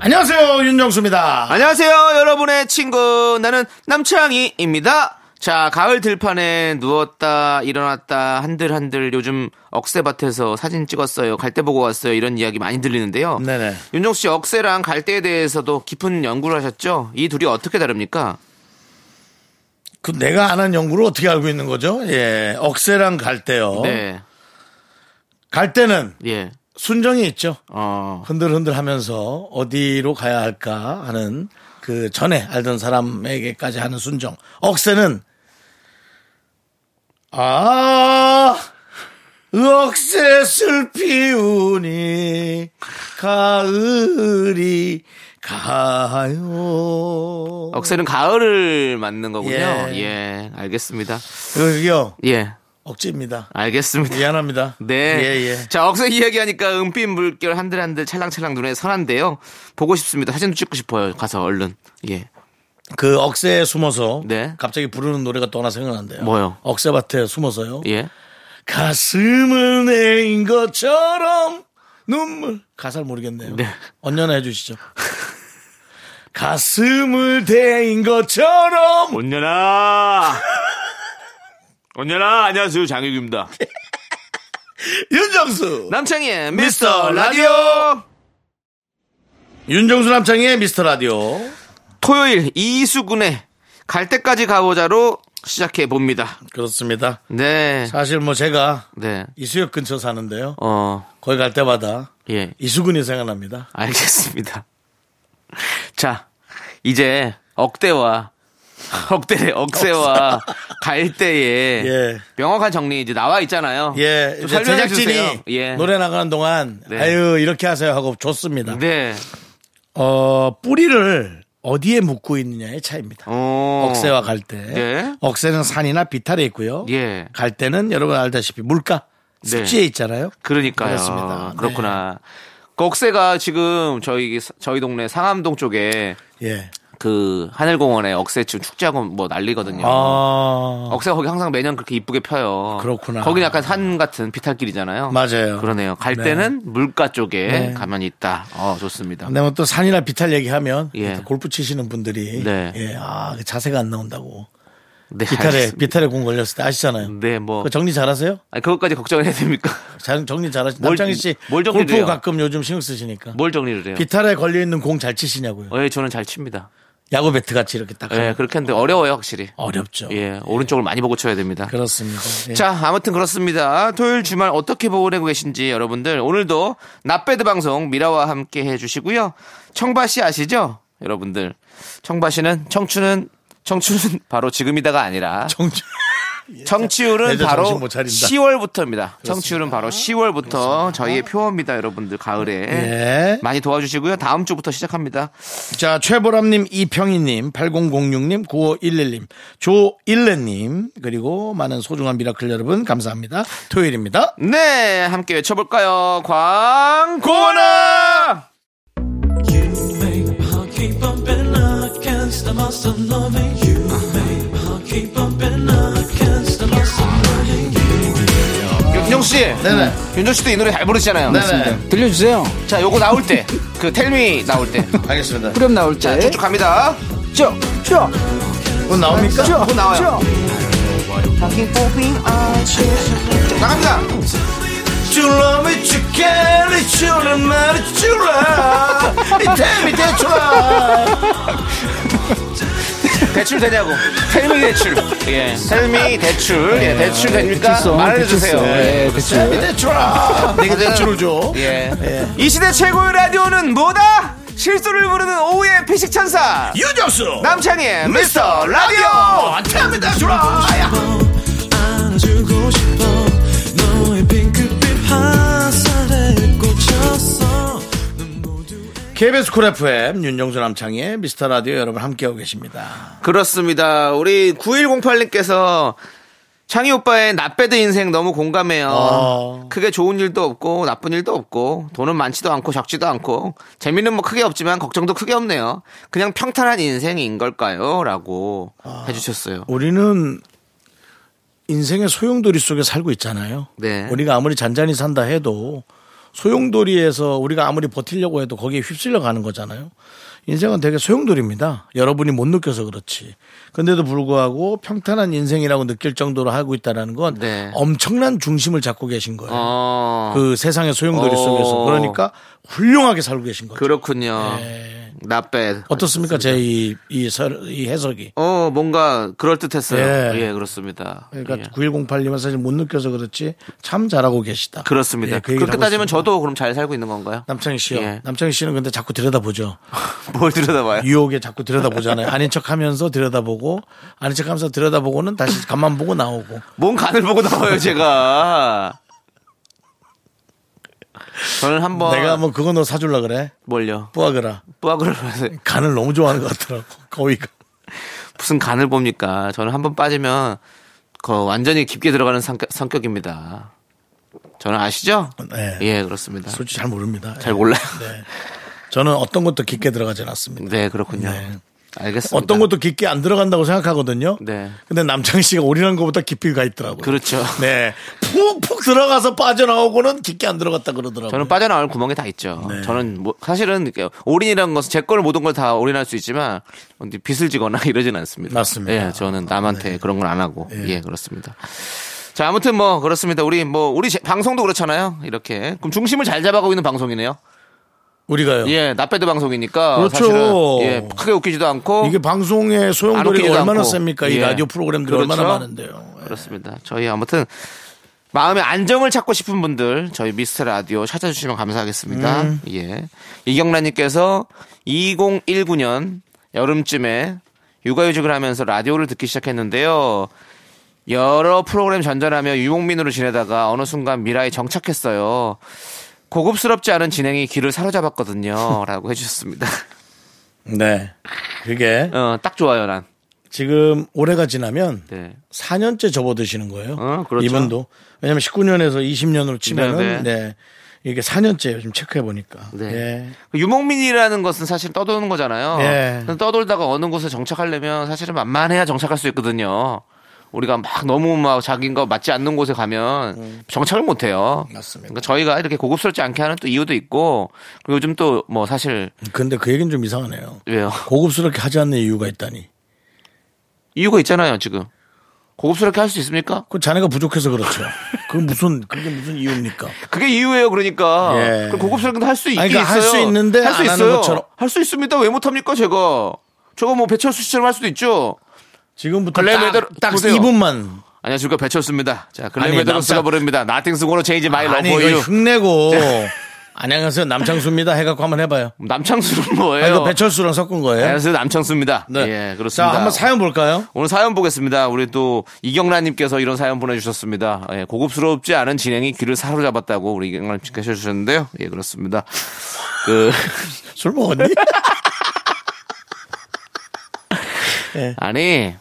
안녕하세요 윤정수입니다. 안녕하세요, 여러분의 친구. 나는 남창희입니다. 자, 가을 들판에 누웠다, 일어났다, 한들한들 요즘 억새밭에서 사진 찍었어요. 갈대 보고 왔어요. 이런 이야기 많이 들리는데요. 네네. 윤정수 씨, 억새랑 갈대에 대해서도 깊은 연구를 하셨죠? 이 둘이 어떻게 다릅니까? 그 내가 안 한 연구를 어떻게 알고 있는 거죠? 예, 억새랑 갈 때요. 네. 갈 때는 예. 순정이 있죠. 어. 흔들흔들 하면서 어디로 가야 할까 하는 그 전에 알던 사람에게까지 하는 순정. 억새는 아 억새 슬피우니 가을이 가요. 억새는 가을을 맞는 거군요. 예. 예. 알겠습니다. 그게요 예. 억지입니다. 알겠습니다. 미안합니다. 네. 예, 예. 자, 억새 이야기하니까 은빛 물결 한들한들 찰랑찰랑 눈에 선한데요. 보고 싶습니다. 사진도 찍고 싶어요. 가서 얼른. 예. 그 억새에 숨어서 네. 갑자기 부르는 노래가 또 하나 생각난대요. 뭐요? 억새밭에 숨어서요. 예. 가슴을 내인 것처럼 눈물 가사를 모르겠네요. 네. 언연해 해주시죠. 가슴을 대인 것처럼 온연아. 온연아, 안녕하세요. 장혁입니다. 윤정수 남창희의 미스터 미스터 라디오. 윤정수 남창의 미스터 라디오 토요일 이수근의 갈 때까지 가보자로 시작해 봅니다. 그렇습니다. 네. 사실 뭐 제가 네. 이수역 근처 사는데요. 어, 거기 갈 때마다 예. 이수근이 생각납니다. 알겠습니다. 자, 이제 억대와 억대 억세와 갈대의 예. 명확한 정리 이제 나와 있잖아요. 예, 좀 이제 설명해 주세요. 제작진이 예. 노래 나가는 동안 네. 아유 이렇게 하세요 하고 좋습니다. 네. 어 뿌리를 어디에 묶고 있느냐의 차이입니다. 어. 억새와 갈대. 네. 억새는 산이나 비탈에 있고요. 예. 갈대는 여러분 알다시피 물가 습지에 네. 있잖아요. 그러니까요. 그렇습니다. 네. 그렇구나. 그 억새가 지금 저희 저희 동네 상암동 쪽에 예. 그 하늘공원에 억새 지금 축제하고 뭐 난리거든요. 아, 억새가 거기 항상 매년 그렇게 이쁘게 펴요. 그렇구나. 거기는 약간 산 같은 비탈길이잖아요. 맞아요. 그러네요. 갈 네. 때는 물가 쪽에 네. 가만히 있다. 어, 좋습니다. 근데 뭐또 산이나 비탈 얘기하면 예. 또 골프 치시는 분들이 네. 예. 아, 그 자세가 안 나온다고. 네, 비탈에 알겠습니다. 비탈에 공 걸렸을 때 아시잖아요. 네, 뭐 그거 정리 잘하세요? 아니, 그것까지 걱정을 해야 됩니까? 자- 정리 잘하시. 뭘- 남창희 씨 뭘 정리를 골프 해요? 가끔 요즘 신경 쓰시니까. 뭘 정리를 해요? 비탈에 걸려 있는 공 잘 치시냐고요. 어, 예, 저는 잘 칩니다. 야구 배트 같이 이렇게 딱. 예, 하면 그렇게 하는데 어려워요, 확실히. 네. 어렵죠. 예, 오른쪽을 많이 보고 쳐야 됩니다. 그렇습니다. 예. 자, 아무튼 그렇습니다. 토요일 주말 어떻게 보내고 계신지 여러분들 오늘도 나배드 방송 미라와 함께 해주시고요. 청바 씨 아시죠? 여러분들 청바 씨는 청춘은 청춘은 바로 지금이다가 아니라 정주. 예. 청취율은 내자 바로 정신 못 차린다. 10월부터입니다. 청취율은 바로 10월부터 저희의 표어입니다, 여러분들 가을에 예. 많이 도와주시고요. 다음 주부터 시작합니다. 자, 최보람님, 이평희님, 8006님, 9511님, 조일레님, 그리고 많은 소중한 미라클 여러분, 감사합니다. 토요일입니다. 네, 함께 외쳐볼까요? 광고나 윤정 씨, 네네. 윤정 씨도 이 노래 잘 부르시잖아요. 네네. 들려주세요. 자, 요거 나올 때, 그 텔미 나올 때, 알겠습니다. 그럼 나올 때. 쭉쭉 갑니다. 쭉, 쭉, 곧 나옵니까? 쭉, 또 나와요. 쭉. 나갑니다. 줄라미 죽겠니, 네 줄라 말이 줄라. 네, 이태미 대출라. 대출 되냐고. 텔미 대출. 예. 텔미 대출. 예. 대출 됩니까? 대출성, 말해주세요. 대출성. 예. 네, 예, 대출. 이태미 네 대출라. 내가 아, 대출을 줘. 예. 이 시대 최고의 라디오는 뭐다? 실수를 부르는 오후의 피식 천사. 유정수. 남창희의 미스터 라디오. 이태미 대출라. 안아주고 싶어 너의 핑크빛 화살에 꽂혔어 눈 모두 KBS 쿨 FM 윤정수 남창희의 미스터 라디오 여러분 함께하고 계십니다. 그렇습니다. 우리 9108님께서 창희 오빠의 나빼드 인생 너무 공감해요. 아. 크게 좋은 일도 없고 나쁜 일도 없고 돈은 많지도 않고 적지도 않고 재미는 뭐 크게 없지만 걱정도 크게 없네요. 그냥 평탄한 인생인 걸까요? 라고 해주셨어요. 우리는 인생의 소용돌이 속에 살고 있잖아요. 네. 우리가 아무리 잔잔히 산다 해도 소용돌이에서 우리가 아무리 버티려고 해도 거기에 휩쓸려 가는 거잖아요. 인생은 되게 소용돌이입니다. 여러분이 못 느껴서 그렇지. 근데도 불구하고 평탄한 인생이라고 느낄 정도로 하고 있다는 건 네. 엄청난 중심을 잡고 계신 거예요. 어, 그 세상의 소용돌이 어. 속에서. 그러니까 훌륭하게 살고 계신 거죠. 그렇군요. 네. 나빼드. 어떻습니까? 제 이 이 해석이. 어, 뭔가 그럴듯했어요. 예. 예. 그렇습니다. 그러니까 예. 9108님은 사실 못 느껴서 그렇지 참 잘하고 계시다. 그렇습니다. 예, 그 얘기를 그렇게 하고 따지면 있습니다. 저도 그럼 잘 살고 있는 건가요? 남창희 씨요. 예. 남창희 씨는 근데 자꾸 들여다보죠. 뭘 들여다봐요? 유혹에 자꾸 들여다보잖아요. 아닌 척하면서 들여다보고 아닌 척하면서 들여다보고는 다시 간만 보고 나오고. 뭔 간을 보고 나와요, 제가. 저는 한번 내가 뭐 그거 너 사줄라 그래? 뭘요? 뿌아그라. 뿌악을 봐서 간을 너무 좋아하는 것 같더라고. 거위가. 무슨 간을 봅니까? 저는 한번 빠지면 그 완전히 깊게 들어가는 성격, 입니다 저는 아시죠? 네. 예, 그렇습니다. 솔직히 잘 모릅니다. 잘 몰라요. 네. 저는 어떤 것도 깊게 들어가지 않았습니다. 네, 그렇군요. 네. 알겠습니다. 어떤 것도 깊게 안 들어간다고 생각하거든요. 네. 근데 남창희 씨가 우리라는 것보다 깊이 가 있더라고요. 그렇죠. 네. 푹푹 들어가서 빠져나오고는 깊게 안 들어갔다 그러더라고요. 저는 빠져나올 구멍이 다 있죠. 네. 저는 뭐 사실은 이렇게 올인이라는 것은 제 거를 모든 걸 다 올인할 수 있지만 어디 빚을 지거나 이러진 않습니다. 맞습니다. 네. 예, 저는 남한테 그런 걸 안 하고 예. 그렇습니다. 자 아무튼 뭐 그렇습니다. 우리 뭐 우리 제- 방송도 그렇잖아요. 이렇게 그럼 중심을 잘 잡아가고 있는 방송이네요. 우리가요. 예, 나빼드 방송이니까 그렇죠. 사실은 예, 크게 웃기지도 않고 이게 방송의 안 소용돌이가 웃기지도 얼마나 않고. 셉니까? 이 예. 라디오 프로그램들이 그렇죠. 얼마나 많은데요. 예. 그렇습니다. 저희 아무튼 마음의 안정을 찾고 싶은 분들 저희 미스터 라디오 찾아주시면 감사하겠습니다. 예. 이경란님께서 2019년 여름쯤에 육아휴직을 하면서 라디오를 듣기 시작했는데요. 여러 프로그램 전전하며 유목민으로 지내다가 어느 순간 미라에 정착했어요. 고급스럽지 않은 진행이 길을 사로잡았거든요. 라고 해주셨습니다. 네. 그게 어, 딱 좋아요, 난. 지금 올해가 지나면 네. 4년째 접어드시는 거예요. 어, 그렇죠. 이분도. 왜냐면 19년에서 20년으로 치면은 네, 네. 이게 4년째 지금 체크해 보니까. 네. 예. 그 유목민이라는 것은 사실 떠도는 거잖아요. 예. 근데 떠돌다가 어느 곳에 정착하려면 사실은 만만해야 정착할 수 있거든요. 우리가 막 너무 막 자기가 맞지 않는 곳에 가면 정착을 못 해요. 음. 맞습니다. 그러니까 저희가 이렇게 고급스럽지 않게 하는 또 이유도 있고 그리고 요즘 또 뭐 사실 근데 그 얘기는 좀 이상하네요. 왜요? 고급스럽게 하지 않는 이유가 있다니. 이유가 있잖아요, 지금. 고급스럽게 할 수 있습니까? 그 자네가 부족해서 그렇죠. 그 무슨 그게 무슨 이유입니까? 그게 이유예요, 그러니까. 예. 그럼 고급스럽게 할수 있긴 아니, 그러니까 할 있어요. 수 있는데 할수 안 하는 있어요. 것처럼. 할 수 있습니다. 왜 못합니까, 제가? 저거 뭐 배철수 씨처럼 할 수도 있죠. 지금부터 글램 딱, 그 헤더로 딱 보세요. 2분만 안녕하십니까 배철수입니다. 자 아니, 글래메더로스가 남자- 부릅니다. 네. Nothing's gonna change my life 아니 for 이거 you. 흉내고 안녕하세요 남창수입니다 해갖고 한번 해봐요. 남창수는 뭐예요? 네, 아, 이거 배철수랑 섞은 거예요. 안녕하세요 남창수입니다. 네. 예 그렇습니다. 자 한번 사연 볼까요? 오늘 사연 보겠습니다. 우리 또 이경란님께서 이런 사연 보내주셨습니다. 예, 고급스럽지 않은 진행이 귀를 사로잡았다고 우리 이경란님께서 해주셨는데요. 예 그렇습니다. 그 술 먹었니? 아니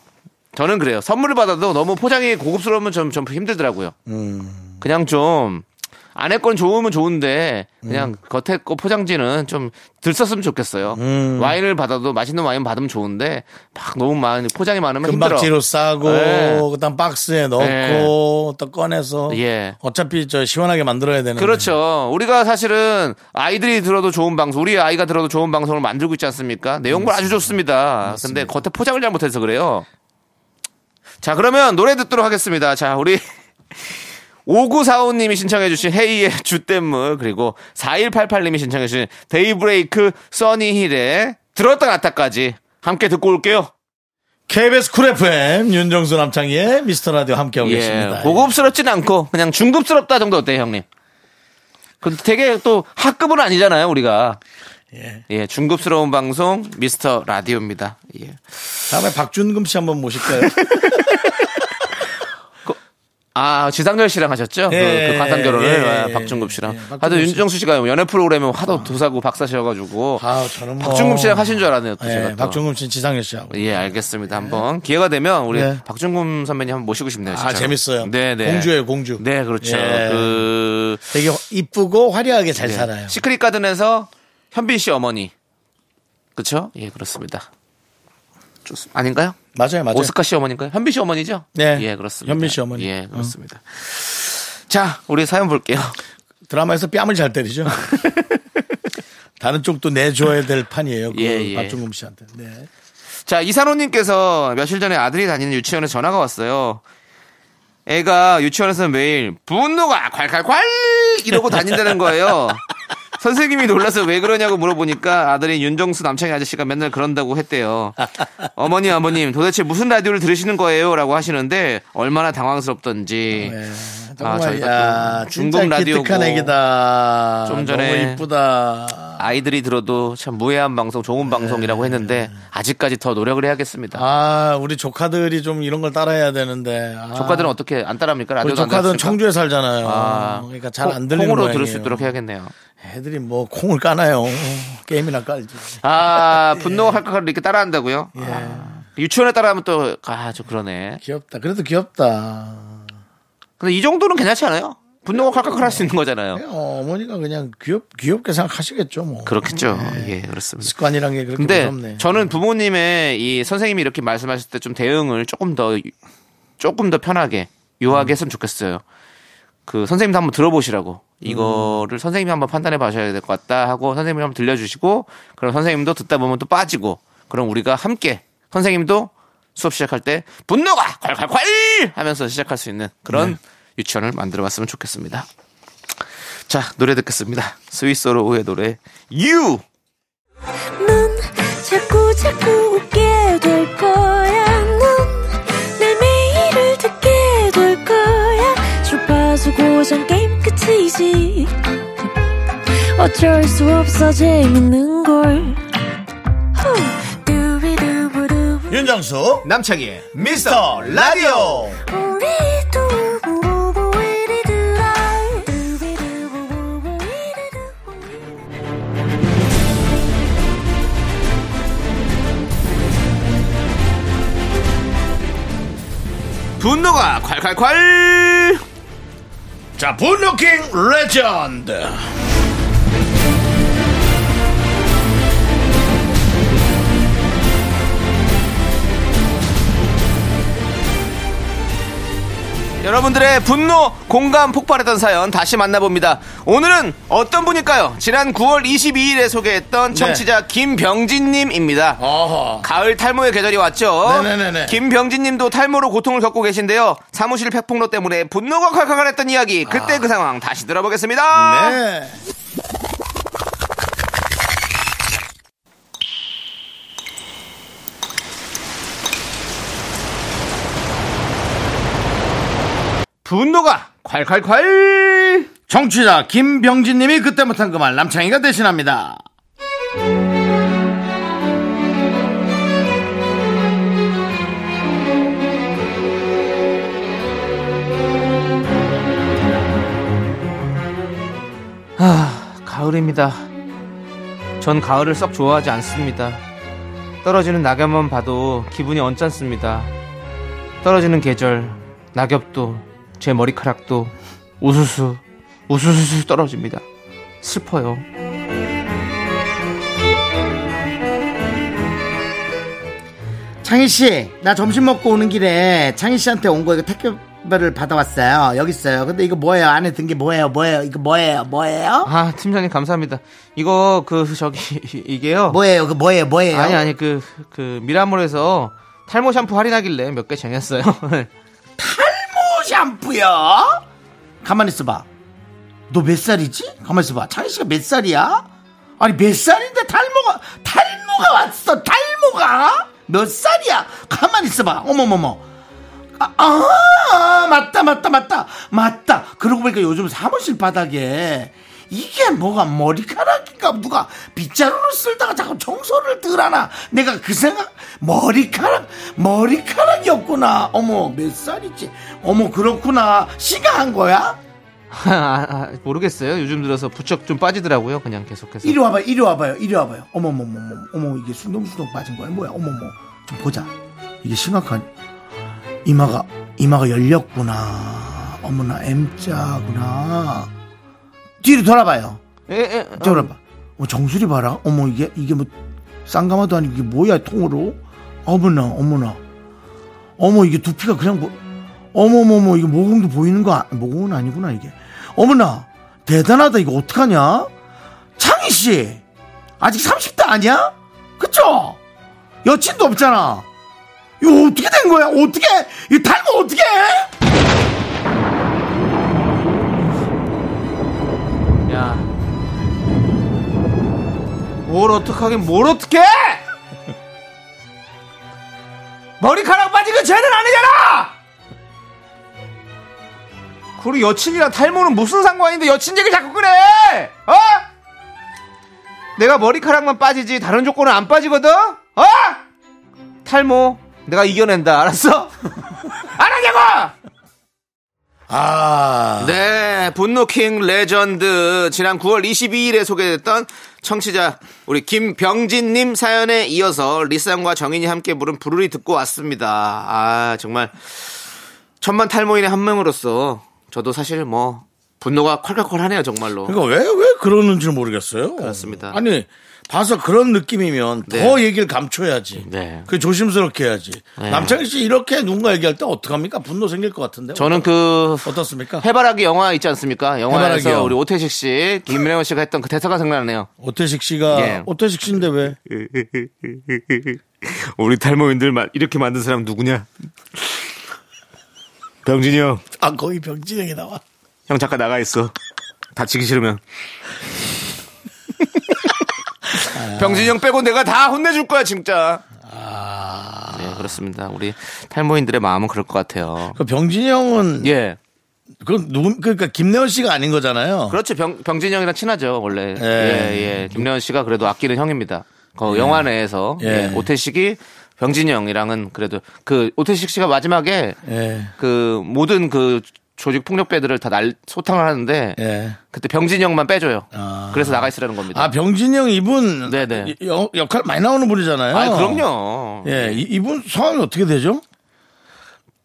저는 그래요. 선물을 받아도 너무 포장이 고급스러우면 좀, 좀 힘들더라고요. 음. 그냥 좀 안에 건 좋으면 좋은데 음. 그냥 겉에 거 포장지는 좀 들썼으면 좋겠어요. 음. 와인을 받아도 맛있는 와인 받으면 좋은데 막 너무 많이 포장이 많으면 금박지로 힘들어. 싸고 네. 그다음 박스에 넣고 또 꺼내서 예. 어차피 저 시원하게 만들어야 되는. 그렇죠. 우리가 사실은 아이들이 들어도 좋은 방송, 우리 아이가 들어도 좋은 방송을 만들고 있지 않습니까? 내용물 아주 좋습니다. 근데 겉에 포장을 잘못해서 그래요. 자, 그러면 노래 듣도록 하겠습니다. 자, 우리 5945님이 신청해주신 헤이의 주댐물, 그리고 4188님이 신청해주신 데이브레이크 써니힐의 들었다 놨다까지 함께 듣고 올게요. KBS 쿨 FM 윤정수 남창희의 미스터 라디오 함께하고 계십니다. 예, 고급스럽진 않고 그냥 중급스럽다 정도 어때요, 형님? 근데 되게 또 학급은 아니잖아요, 우리가. 예. 예, 중급스러운 방송 미스터 라디오입니다. 예. 다음에 박준금 씨 한번 모실까요? 아, 지상렬 씨랑 하셨죠? 예, 그, 그 가상 결혼을 예, 아, 예, 박준급 씨랑. 예, 박준급 하여튼 씨. 윤정수 씨가 연애 프로그램에 하도 도사고 박사셔가지고 아, 저는 뭐- 박준급 씨랑 하신 줄 알았네요. 또 제가 예, 또. 박종금 씨는 지상열 씨하고. 예, 알겠습니다. 한번 기회가 되면 우리 네. 박준금 선배님 한번 모시고 싶네요. 아, 진짜로. 재밌어요. 네, 네. 공주예요, 공주. 네, 그렇죠. 예. 그 되게 이쁘고 화려하게 잘 예, 살아요. 시크릿 가든에서 현빈 씨 어머니. 그렇죠? 예, 그렇습니다. 좋습니다. 아닌가요? 맞아요, 맞아요. 오스카 씨 어머니인가요? 현빈 씨 어머니죠? 네. 예, 그렇습니다. 현빈 씨 어머니. 음. 예, 그렇습니다. 자, 우리 사연 볼게요. 드라마에서 뺨을 잘 때리죠. 다른 쪽도 내줘야 될 판이에요. 그 예, 예. 박종금 씨한테. 네. 자, 이산호님께서 며칠 전에 아들이 다니는 유치원에 전화가 왔어요. 애가 유치원에서 매일 분노가 콸콸콸 이러고 다닌다는 거예요. 선생님이 놀라서 왜 그러냐고 물어보니까 아들인 윤정수 남창희 아저씨가 맨날 그런다고 했대요. 어머니 아버님 도대체 무슨 라디오를 들으시는 거예요? 라고 하시는데 얼마나 당황스럽던지 네, 아, 정말 저희가 야, 또 진짜 중국 라디오고 기특한 애기다. 좀 전에 너무 이쁘다. 아이들이 들어도 참 무해한 방송 좋은 방송이라고 했는데 아직까지 더 노력을 해야겠습니다. 네. 아, 우리 조카들이 좀 이런 걸 따라해야 되는데. 아, 조카들은 어떻게 안 따라합니까? 우리 라디오도 안 조카들은 들었으니까? 청주에 살잖아요. 아, 그러니까 잘 안 콩- 들리는 콩으로 모양이에요. 들을 수 있도록 해야겠네요. 애들이 뭐 콩을 까나요? 게임이나 깔지. 아 예. 분노가 칼칼칼 이렇게 따라한다고요? 아, 유치원에 따라하면 또아저 그러네. 귀엽다. 그래도 귀엽다. 근데 이 정도는 괜찮지 않아요? 예. 분노가 칼칼칼 할 수 있는 거잖아요. 그냥 어머니가 그냥 귀엽 귀엽게 생각하시겠죠, 뭐. 그렇겠죠. 예 그렇습니다. 습관이란 게 그렇게 근데 무섭네. 저는 부모님의 이 선생님이 이렇게 말씀하실 때 좀 대응을 조금 더 유- 조금 더 편하게 유하게 했으면 좋겠어요. 그 선생님도 한번 들어보시라고 이거를 음. 선생님이 한번 판단해 봐셔야 될 것 같다 하고 선생님이 한번 들려주시고 그럼 선생님도 듣다 보면 또 빠지고 그럼 우리가 함께 선생님도 수업 시작할 때 분노가 콸콸콸 하면서 시작할 수 있는 그런 네. 유치원을 만들어 봤으면 좋겠습니다. 자 노래 듣겠습니다. 스위스로우의 노래 You 넌 자꾸 자꾸 웃게 될 거야. 넌내 매일을 듣게 될 거야. 주파수 고정 게임 끝이지. 어쩔 수 없어 재밌는 걸. 후. 두비두부두. 윤정수 남창희의 미스터 라디오. 우리 두부부부 우리 두라. 두비두부부부 우리 두부부. 분노가 콸콸콸 자, 분노킹 레전드. 여러분들의 분노 공감 폭발했던 사연 다시 만나봅니다 오늘은 어떤 분일까요 지난 9월 22일에 소개했던 청취자 김병진님입니다 네. 어허. 가을 탈모의 계절이 왔죠. 네네네네. 어? 김병진님도 탈모로 고통을 겪고 계신데요. 사무실 팩폭로 때문에 분노가 칼칼했던 이야기. 그때 그 상황 다시 들어보겠습니다. 아. 네. 분노가 콸콸콸. 정취자 김병진 님이 그때 못한 그 말 남창희가 대신합니다. 아, 가을입니다. 전 가을을 썩 좋아하지 않습니다. 떨어지는 낙엽만 봐도 기분이 언짢습니다. 떨어지는 계절, 낙엽도, 제 머리카락도 우수수, 우수수수 떨어집니다. 슬퍼요. 창희 씨, 나 점심 먹고 오는 길에 창희 씨한테 온 거 이거 택배를 받아왔어요. 여기 있어요. 근데 이거 뭐예요? 안에 든 게 뭐예요? 뭐예요? 이거 뭐예요? 뭐예요? 아, 팀장님 감사합니다. 이거 그 저기 이게요. 뭐예요? 그 뭐예요? 뭐예요? 아니 아니 그 그 미라몰에서 탈모 샴푸 할인하길래 몇 개 쟁였어요. 네. 샴푸요? 가만 있어봐. 너 몇 살이지? 가만 있어봐. 창희 씨가 몇 살이야? 아니 몇 살인데 탈모가 탈모가 왔어. 탈모가 몇 살이야? 가만 있어봐. 어머머머. 아, 아 맞다 맞다 맞다 맞다. 그러고 보니까 요즘 사무실 바닥에 이게 뭐가 머리카락인가 누가 빗자루를 쓸다가 자꾸 청소를 덜하나 내가 그 생각 머리카락 머리카락이었구나 어머 몇 살이지 어머 그렇구나 시가 한 거야 아, 아, 모르겠어요. 요즘 들어서 부쩍 좀 빠지더라고요. 그냥 계속해서. 이리 와봐요 이리 와봐요 이리 와봐요 어머머머머 어머 이게 순둥순둥 빠진 거야 뭐야 어머머 좀 보자 이게 심각한 이마가 이마가 열렸구나 어머나 M자구나 뒤로 돌아봐요 예, 예. 저라 봐. 어, 정수리 봐라. 어머 이게 이게 뭐 쌍가마도 아니고 이게 뭐야 통으로? 어머나 어머나. 어머 이게 두피가 그냥 뭐 어머머머 이게 모공도 보이는 거 아, 모공은 아니구나 이게. 어머나 대단하다 이거 어떡하냐? 창희 씨 아직 30대 아니야? 그쵸? 여친도 없잖아. 이거 어떻게 된 거야? 어떻게 이 닮으면 어떻게? 야. 뭘 어떡하긴 뭘 어떡해! 머리카락 빠진 거 죄는 아니잖아! 그리고 여친이랑 탈모는 무슨 상관인데 여친 얘기를 자꾸 그래! 어? 내가 머리카락만 빠지지 다른 조건은 안 빠지거든? 어? 탈모 내가 이겨낸다 알았어? 안 하냐고! 아. 네, 분노킹 레전드. 지난 9월 22일에 소개됐던 청취자, 우리 김병진님 사연에 이어서 리쌍과 정인이 함께 부른 부르리 듣고 왔습니다. 아, 정말. 천만 탈모인의 한 명으로서 저도 사실 뭐, 분노가 콸콸콸 하네요, 정말로. 그러니까 왜, 왜 그러는지 모르겠어요. 그렇습니다. 아니, 봐서 그런 느낌이면 더 네. 얘기를 감춰야지. 네. 그 조심스럽게 해야지. 네. 남창희 씨 이렇게 누군가 얘기할 때 어떡합니까? 분노 생길 것 같은데. 저는 그, 어떻습니까? 해바라기 영화 있지 않습니까? 영화에서 해바라기요. 우리 오태식 씨, 김민영 씨가 했던 그 대사가 생각나네요. 오태식 씨가 예. 오태식 씨인데 왜? 우리 탈모인들 이렇게 만든 사람 누구냐? 병진이 형. 아 거의 병진에게 나와. 형 잠깐 나가 있어. 다치기 싫으면. 병진이 형 빼고 내가 다 혼내줄 거야 진짜. 네 그렇습니다. 우리 탈모인들의 마음은 그럴 것 같아요. 그 병진이 형은 예, 그건 누군 그러니까 김내원 씨가 아닌 거잖아요. 그렇죠. 병 병진이 형이랑 친하죠 원래. 예. 예, 예. 김래원 씨가 그래도 아끼는 형입니다. 그 영화 내에서 예. 예, 오태식이 병진이 형이랑은 그래도 그 오태식 씨가 마지막에 예. 그 모든 그 조직 폭력배들을 다 날 소탕을 하는데 예. 그때 병진이 형만 빼줘요. 아. 그래서 나가 있으라는 겁니다. 아 병진이 형 이분 네네. 여- 역할 많이 나오는 분이잖아요. 아, 그럼요. 예, 이- 이분 성함이 어떻게 되죠?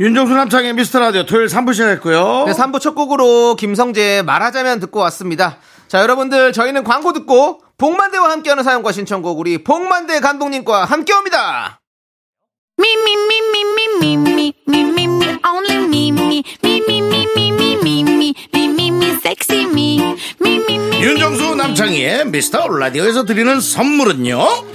윤정수 남창의 미스터 라디오 토요일 3부 시작했고요 네, 3부 첫 곡으로 김성재 말하자면 듣고 왔습니다. 자, 여러분들, 저희는 광고 듣고 복만대와 함께하는 사연과 신청곡 우리 복만대 감독님과 함께 옵니다! Me, me, me, me, me, me, me, me, me, me, only me, me, me, me, me, me, me, me, me, me, me, me, sexy me, me, me, me. 윤정수 남창희의 미스터 라디오에서 드리는 선물은요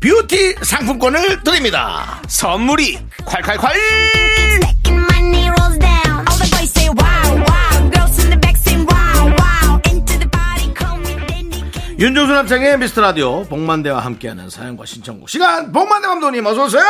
뷰티 상품권을 드립니다 아, 선물이 콸콸콸! Second money rolls down. All the boys say wow, wow. Girls in the back say wow, wow. Into the party, call me Danny King. 윤정수 남창의 미스터 라디오 복만대와 함께하는 사연과 신청곡 시간 복만대 감독님 어서 오세요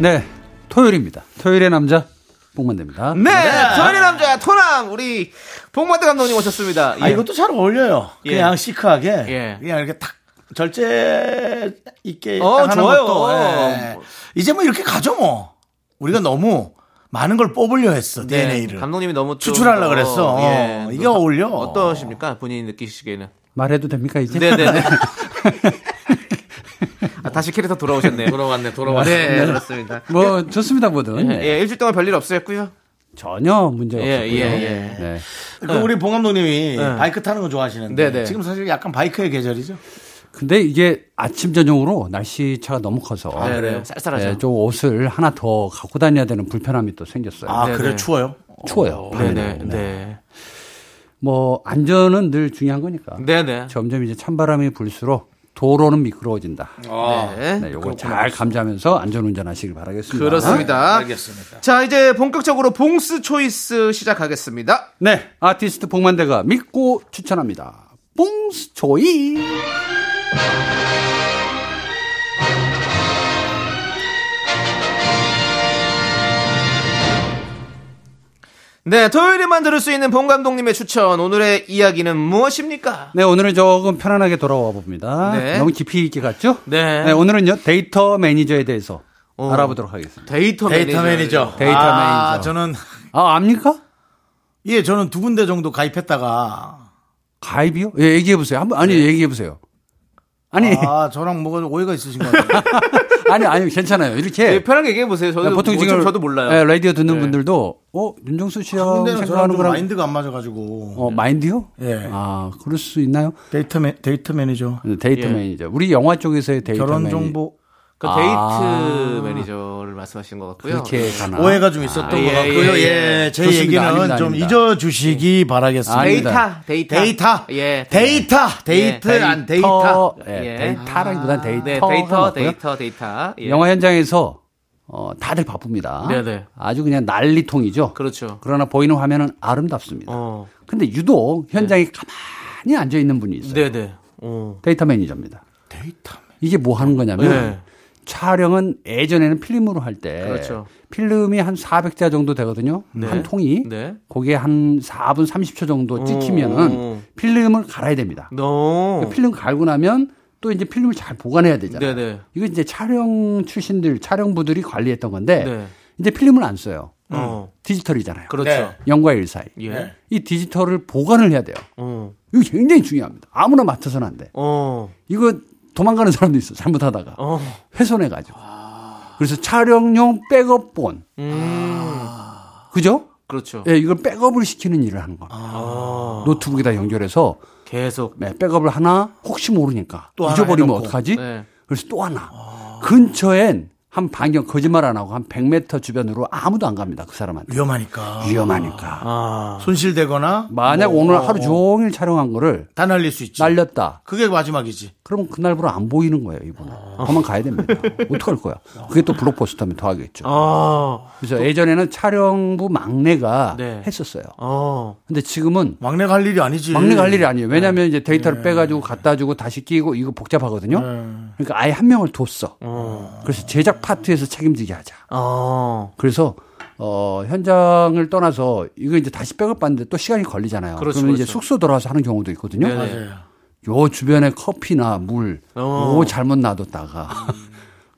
네, 토요일입니다. 토요일의 남자 복만대입니다. 네, 저희의 남자 토남 우리 복만대 감독님 오셨습니다. 아 예. 이것도 잘 어울려요 그냥 시크하게 그냥 이렇게 탁 절제 있게 어, 딱 하는 좋아요. 것도 예. 이제 뭐 이렇게 가죠 뭐 우리가 너무 많은 걸 뽑으려 했어 네, DNA를 감독님이 너무 좀, 추출하려고 어, 그랬어. 예. 이게 어울려. 어떠십니까 본인이 느끼시기에는? 말해도 됩니까 이제? 네네네. 아, 다시 캐릭터 돌아오셨네요. 돌아왔네, 돌아왔네. 네, 그렇습니다. 뭐 좋습니다 뭐든 네. 예, 일주일 동안 별일 없으셨고요. 전혀 문제 없고요. 예, 예, 예. 네. 그 우리 봉 감독님이 바이크 타는 거 좋아하시는데 네. 네네. 지금 사실 약간 바이크의 계절이죠. 근데 이게 아침 저녁으로 날씨차가 너무 커서 그래요? 아, 쌀쌀하죠. 네, 좀 옷을 하나 더 갖고 다녀야 되는 불편함이 또 생겼어요. 아 네네. 그래 추워요. 추워요. 어, 네네, 네. 뭐 안전은 늘 중요한 거니까. 네네. 점점 이제 찬바람이 불수록 도로는 미끄러워진다. 네. 네, 요거 잘 감지하면서 안전 운전하시길 바라겠습니다. 그렇습니다. 알겠습니다. 자, 이제 본격적으로 봉스 초이스 시작하겠습니다. 네, 아티스트 복만대가 믿고 추천합니다. 뽕스 초이. 네, 토요일에만 들을 수 있는 봉 감독님의 추천. 오늘의 이야기는 무엇입니까? 네, 오늘은 조금 편안하게 돌아와 봅니다. 네. 너무 깊이 있게 갔죠? 네. 오늘은요, 데이터 매니저에 대해서 어. 알아보도록 하겠습니다. 데이터, 데이터 매니저. 데이터 아, 매니저. 저는 아, 압니까? 예 저는 두 군데 정도 가입했다가 가입이요? 예, 얘기해보세요. 한번, 아니, 얘기해보세요. 아니, 아 저랑 뭐가 좀 오해가 있으신 것 같아요. 아니, 아니, 괜찮아요. 이렇게. 네, 편하게 얘기해 보세요. 저도 보통 뭐 지금 좀 저도 몰라요. 예, 라디오 듣는 분들도, 어, 윤정수 씨하고 군데는 아, 저랑 생각하는 좀 거랑. 마인드가 안 맞아가지고 어, 마인드요? 예. 아, 그럴 수 있나요? 네, 데이터 매, 데이터 매니저 데이터 예. 매니저. 우리 영화 쪽에서의 데이터 결혼 매니저. 정보 그 아. 데이트 매니저를 말씀하신 것 같고요. 그렇게 가나. 오해가 좀 있었던 예, 것 같고요. 예, 예, 예. 제 좋습니다. 얘기는 아닙니다, 예. 좀 아닙니다. 잊어주시기 바라겠습니다. 아닙니다. 데이터, 데이터, 데이터, 예, 데이터, 데이트 예, 안 데이터. 예, 예. 데이터라기보단 네, 데이터. 데이터, 해봤고요. 데이터, 데이터. 예. 영화 현장에서 어, 다들 바쁩니다. 네네. 아주 그냥 난리통이죠. 그렇죠. 러나 보이는 화면은 아름답습니다. 어, 근데 유독 현장에 가만히 앉아 있는 분이 있어요. 네, 네. 어, 데이터 매니저입니다. 이게 뭐 하는 거냐면 네. 촬영은 예전에는 필름으로 할 때 그렇죠. 필름이 한 400자 정도 되거든요. 한 통이 네. 거기에 한 4분 30초 정도 찍히면은 어. 필름을 갈아야 됩니다. 너. 그 필름 갈고 나면 또 이제 필름을 잘 보관해야 되잖아요. 어. 네네. 이거 이제 촬영 출신들, 촬영부들이 관리했던 건데 네. 이제 필름을 안 써요. 어. 디지털이잖아요. 네. 그렇죠. 영과 일 사이. 예. 이 디지털을 보관을 해야 돼요. 어. 이거 굉장히 중요합니다. 아무나 맡아서는 안 돼. 어. 이거 도망가는 사람도 있어. 잘못하다가 어. 훼손해가지고. 그래서 촬영용 백업본. 음. 그죠? 그렇죠. 예, 이걸 백업을 시키는 일을 하는 겁니다. 아. 노트북에다 연결해서 계속. 네, 백업을 하나 혹시 모르니까 또 하나 잊어버리면 해놓고. 아. 어떡하지? 네. 그래서 또 하나. 근처엔 한 반경 거짓말 안 하고 한 100m 주변으로 아무도 안 갑니다. 그 사람한테. 위험하니까. 위험하니까. 아. 손실되거나 만약 뭐. 오늘 하루 종일 촬영한 거를 다 날릴 수 있지. 날렸다. 그게 마지막이지. 그러면 그날부로 안 보이는 거예요, 이분은. 아. 그만 가야 됩니다. 어떡할 거야. 그게 또 블록버스터면 더 하겠죠. 아. 그래서 예전에는 촬영부 막내가 네. 했었어요. 어. 근데 지금은 막내 갈 일이 아니지. 막내 갈 일이 아니에요. 왜냐하면 이제 데이터를 빼가지고 갖다 주고 다시 끼고 이거 복잡하거든요. 그러니까 아예 한 명을 뒀어. 그래서 제작 파트에서 책임지게 하자. 어. 그래서 어, 현장을 떠나서 이거 이제 다시 백업 받는데 또 시간이 걸리잖아요. 그러 그렇죠, 면 이제 그렇죠. 숙소 돌아와서 하는 경우도 있거든요. 네네. 요 주변에 커피나 물, 어. 오 잘못 놔뒀다가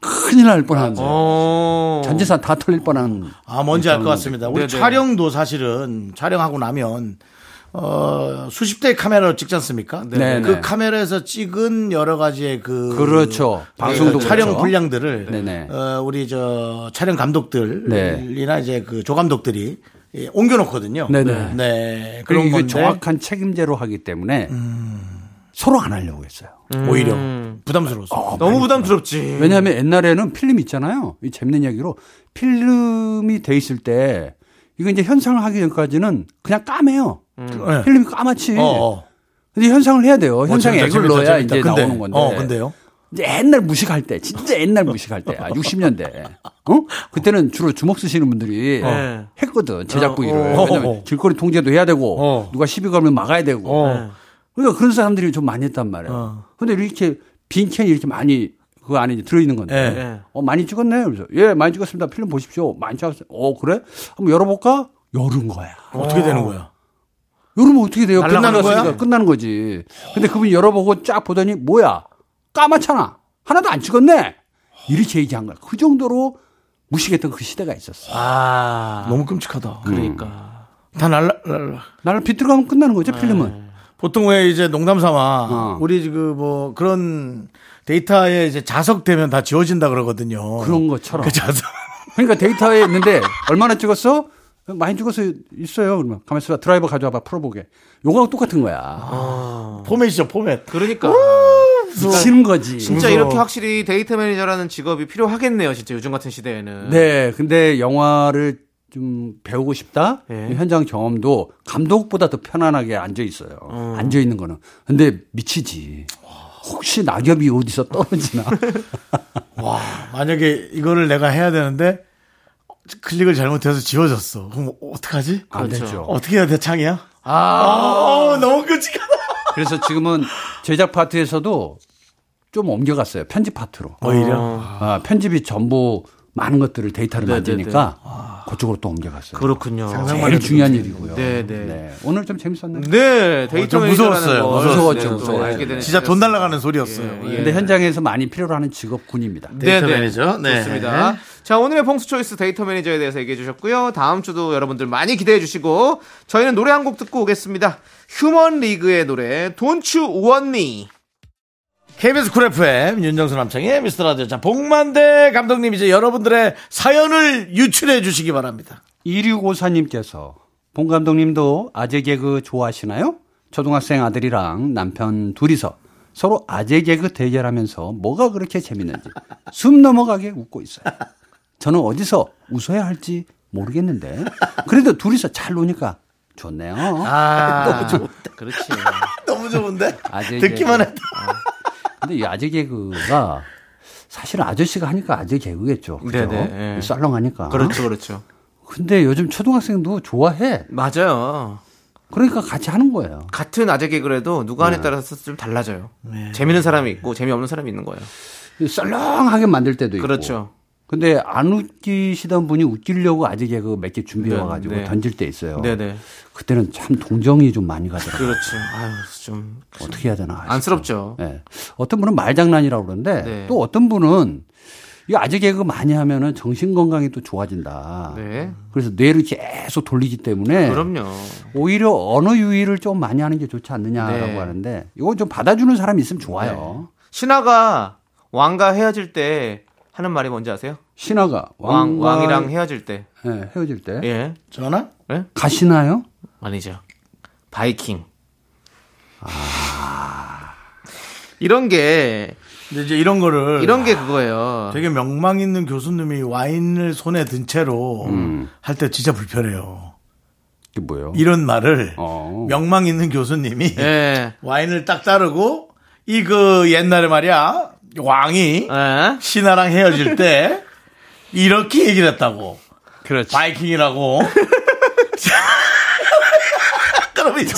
큰일 날 뻔한 거예요. 어. 전재산 다 털릴 뻔한. 아, 뭔지 알 것 그렇죠. 같습니다. 우리 네네. 촬영도 사실은 촬영하고 나면 어, 수십 대의 카메라로 찍지 않습니까? 네네. 그 카메라에서 찍은 여러 가지의 그 그렇죠. 방송도 그 촬영 그렇죠. 분량들을 네네. 어, 우리 저 촬영 감독들이나 네. 이제 그 조감독들이 예, 옮겨놓거든요. 네네. 네, 그리고 그런 이게 건데 음. 정확한 책임제로 하기 때문에 서로 안 하려고 했어요. 오히려 부담스러워서 음. 너무 부담스럽지. 아, 음. 왜냐하면 옛날에는 필름 있잖아요. 이 재밌는 이야기로 필름이 돼 있을 때 이거 이제 현상을 하기 전까지는 그냥 까매요. 네. 필름이 까맣지. 어, 어. 근데 현상을 해야 돼요. 어, 현상에 재밌다, 액을 재밌다, 넣어야 재밌다. 이제 근데, 나오는 건데. 어, 근데요? 이제 옛날 무식할 때, 진짜 옛날 무식할 때, 아, 60년대. 어? 그때는 주로 주먹 쓰시는 분들이 네. 했거든, 제작부 어, 일을. 어, 왜냐면 어. 길거리 통제도 해야 되고, 어. 누가 시비 걸면 막아야 되고. 어. 그러니까 그런 사람들이 좀 많이 했단 말이에요. 근데 이렇게 빈캔이 이렇게 많이 그 안에 이제 들어있는 건데, 예. 어, 많이 찍었네. 그래서, 예, 많이 찍었습니다. 필름 보십시오. 많이 찍었어요. 어, 그래? 한번 열어볼까? 열은 거야. 어떻게 되는 거야? 여러분 어떻게 돼요? 날라가는 끝나는 거야? 거야? 끝나는 거지. 근데 그분이 열어보고 쫙 보더니 뭐야? 까맣잖아. 하나도 안 찍었네. 이렇게 얘기한 거야. 그 정도로 무식했던 그 시대가 있었어. 아. 너무 음. 끔찍하다. 그러니까. 다 날라, 날라. 나를 비틀어가면 끝나는 거죠, 네. 필름은. 보통 왜 이제 농담 삼아 어. 우리 그 뭐 그런 데이터에 이제 자석되면 다 지워진다 그러거든요. 그런 것처럼. 그 자석. 그러니까 데이터에 있는데 얼마나 찍었어? 많이 찍어서 있어요. 그러면 가만있어 봐. 드라이버 가져와봐. 풀어보게. 요거하고 똑같은 거야. 아. 포맷이죠, 포맷. 그러니까. 미치는 거지. 진짜 무서워. 이렇게 확실히 데이터 매니저라는 직업이 필요하겠네요. 진짜 요즘 같은 시대에는. 네. 근데 영화를 좀 배우고 싶다? 예. 현장 경험도 감독보다 더 편안하게 앉아 있어요. 음. 앉아 있는 거는. 근데 미치지. 혹시 낙엽이 어디서 떨어지나. 그렇죠. 만약에 이거를 내가 해야 되는데 클릭을 잘못해서 지워졌어. 그럼 어떡하지? 안 되죠. 어떻게 해야 돼, 창이야? 아. 어, 너무 끔찍하다. 그래서 지금은 제작 파트에서도 좀 옮겨갔어요. 편집 파트로. 오히려. 아, 편집이 전부 많은 것들을 데이터를 네, 만드니까 그쪽으로 또 옮겨갔어요. 아. 그렇군요. 제일 중요한 일이고요. 네, 네. 오늘 좀 재밌었나요? 네, 데이터 좀 무서웠어요. 무서웠죠, 무서웠어요. 네, 무서웠죠. 진짜 돈 날라가는 소리였어요. 예. 근데 현장에서 많이 필요로 하는 직업군입니다. 네, 네. 매니저. 네. 좋습니다. 자, 오늘의 봉수 초이스 데이터 매니저에 대해서 얘기해 주셨고요. 다음 주도 여러분들 많이 기대해 주시고 저희는 노래 한 곡 듣고 오겠습니다. 휴먼 리그의 노래 Don't You Want Me. KBS 쿨 FM 윤정수 남창의 미스터 라디오. 자, 복만대 감독님 이제 여러분들의 사연을 유출해 주시기 바랍니다. 2654님께서 봉 감독님도 아재 개그 좋아하시나요? 초등학생 아들이랑 남편 둘이서 서로 아재 개그 대결하면서 뭐가 그렇게 재밌는지 숨 넘어가게 웃고 있어요. 저는 어디서 웃어야 할지 모르겠는데 그래도 둘이서 잘 노니까 좋네요. 아, 그렇지. 너무 좋은데? 아재 듣기만 해도. 근데 이 아재 개그가 사실은 아저씨가 하니까 아재 개그겠죠. 그죠? 네네, 예. 썰렁하니까. 그렇죠, 그렇죠. 근데 요즘 초등학생도 좋아해. 맞아요. 그러니까 같이 하는 거예요. 같은 아재 개그래도 누가 하에 따라서 좀 달라져요. 재밌는 사람이 있고 재미없는 사람이 있는 거예요. 썰렁하게 만들 때도 있고. 그렇죠. 근데 안 웃기시던 분이 웃기려고 아재 개그 몇 개 준비해 와가지고 네. 던질 때 있어요. 네네. 그때는 참 동정이 좀 많이 가더라고요. 그렇죠. 아유, 좀. 어떻게 해야 되나. 싶어요. 그렇죠. 안쓰럽죠. 예. 어떤 분은 말장난이라고 그러는데 네. 또 어떤 분은 이 아재 개그 많이 하면은 정신 건강이 또 좋아진다. 네. 그래서 뇌를 계속 돌리기 때문에 그럼요. 오히려 언어 유희를 좀 많이 하는 게 좋지 않느냐라고 네. 하는데 이건 좀 받아주는 사람이 있으면 좋아요. 신하가 왕과 헤어질 때 하는 말이 뭔지 아세요? 신하가 왕, 왕과- 왕이랑 헤어질 때. 예, 헤어질 때 예. 전화? 가시나요? 아니죠. 바이킹. 이런 게, 근데 이제 이런 거를 이런 게 그거예요. 되게 명망 있는 교수님이 와인을 손에 든 채로 할 때 진짜 불편해요. 이게 뭐예요? 이런 말을 어. 명망 있는 교수님이 예. 와인을 딱 따르고 이 그 옛날에 말이야 왕이 예. 신하랑 헤어질 때 이렇게 얘기를 했다고 그렇지. 바이킹이라고. 그럼 이제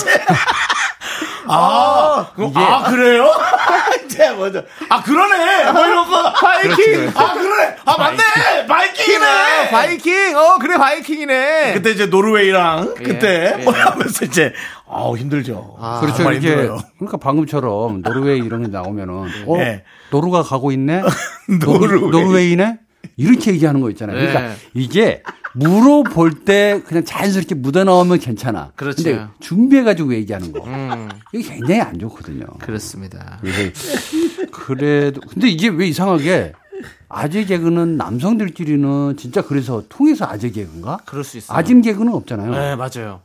아, 그럼 아 그래요? 이제 먼저 아 그러네 뭐 이런 거 바이킹 아 그러네 아 맞네 바이킹이네 바이킹! 어, 그래, 바이킹이네! 그때 이제 노르웨이랑 그때 예. 뭐 하면서 이제 아우 힘들죠. 그렇죠. 정말 이게 힘들어요. 그러니까 방금처럼 노르웨이 이런 게 나오면은 어 네. 노루가 가고 있네. 노르웨이. 이네 이렇게 얘기하는 거 있잖아요. 네. 그러니까 이게 물어볼 때 그냥 자연스럽게 묻어 나오면 괜찮아. 그렇죠. 근데 준비해 가지고 얘기하는 거. 이게 굉장히 안 좋거든요. 그렇습니다. 그래서 그래도 근데 이게 왜 이상하게 아재 개그는 남성들끼리는 진짜 그래서 통해서 아재 개그인가? 그럴 수 있어요. 아짐 개그는 없잖아요. 네, 맞아요.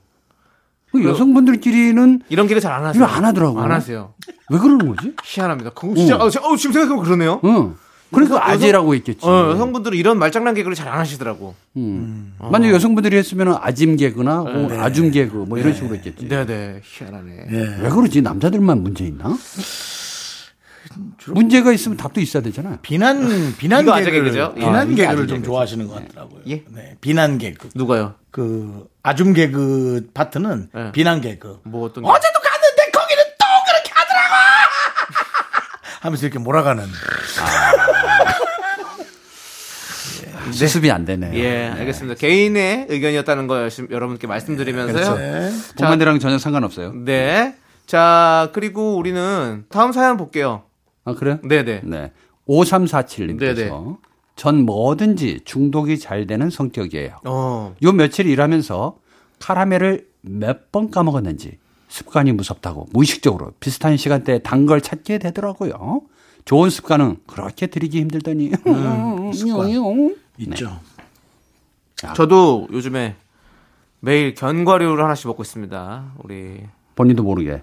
그 여성분들끼리는 이런 개그 잘 안 하세요. 이거 안 하더라고요. 안 하세요. 왜 그러는 거지? 희한합니다. 그거 진짜, 어, 지- 어, 지금 생각해보면 그러네요. 응. 그러니까 아재라고 했겠지. 어, 여성분들은 이런 말장난 개그를 잘 안 하시더라고. 어. 만약 여성분들이 했으면 아짐 개그나 뭐 아줌 개그 뭐 이런 식으로 했겠지. 네네, 네. 희한하네. 왜 그러지? 남자들만 문제 있나? 문제가 있으면 답도 있어야 되잖아요. 비난 비난 이거 아재 개그를 개그죠? 비난 아, 개그를 좀 좋아하시는 것 같더라고요. 예? 네, 비난 개그. 누가요? 그 아줌 개그 파트는 네. 비난 개그. 뭐 어떤 게? 어제도 갔는데 거기는 또 그렇게 하더라고. 하면서 이렇게 몰아가는. 수습이 안 되네요. 아, 예, 알겠습니다. 개인의 의견이었다는 거 열심히 여러분께 말씀드리면서요. 본만대랑 전혀 상관없어요. 네. 자, 그리고 우리는 다음 사연 볼게요. 아, 그래요? 네네. 네. 5347님께서 네네. 전 뭐든지 중독이 잘 되는 성격이에요. 어. 요 며칠 일하면서 카라멜을 몇 번 까먹었는지 습관이 무섭다고 무의식적으로 비슷한 시간대에 단 걸 찾게 되더라고요. 좋은 습관은 그렇게 들이기 힘들더니. 음. 습관. 있죠. 어, 저도 요즘에 매일 견과류를 하나씩 먹고 있습니다. 우리. 본인도 모르게.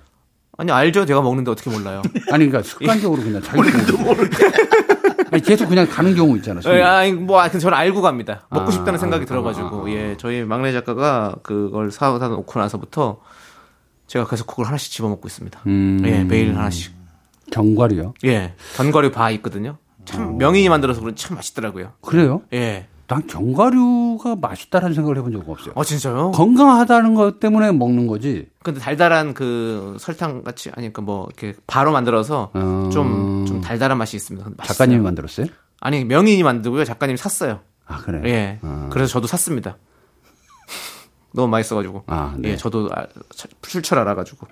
아니, 알죠? 제가 먹는데 어떻게 몰라요? 아니 그러니까 습관적으로 그냥 자기도 모르게. 아니, 계속 그냥 가는 경우 있잖아. 예, 요 아니, 뭐, 아, 저는 알고 갑니다. 먹고 아, 싶다는 생각이 들어가지고. 예, 저희 막내 작가가 그걸 사다 놓고 나서부터 제가 계속 그걸 하나씩 집어먹고 있습니다. 음. 예, 매일 하나씩. 견과류요. 예, 견과류 바 있거든요. 참 명인이 만들어서 그런 참 맛있더라고요. 그래요? 예. 난 견과류가 맛있다라는 생각을 해본 적 없어요. 어 진짜요? 건강하다는 것 때문에 먹는 거지. 근데 달달한 그 설탕 같이 아니 그 뭐 이렇게 바로 만들어서 음. 좀 좀 달달한 맛이 있습니다. 근데 맛있어요. 작가님이 만들었어요? 아니 명인이 만들고요. 작가님이 샀어요. 아 그래요. 예. 아. 그래서 저도 샀습니다. 너무 맛있어가지고. 아, 네. 예, 저도 아, 차- 출처를 알아가지고.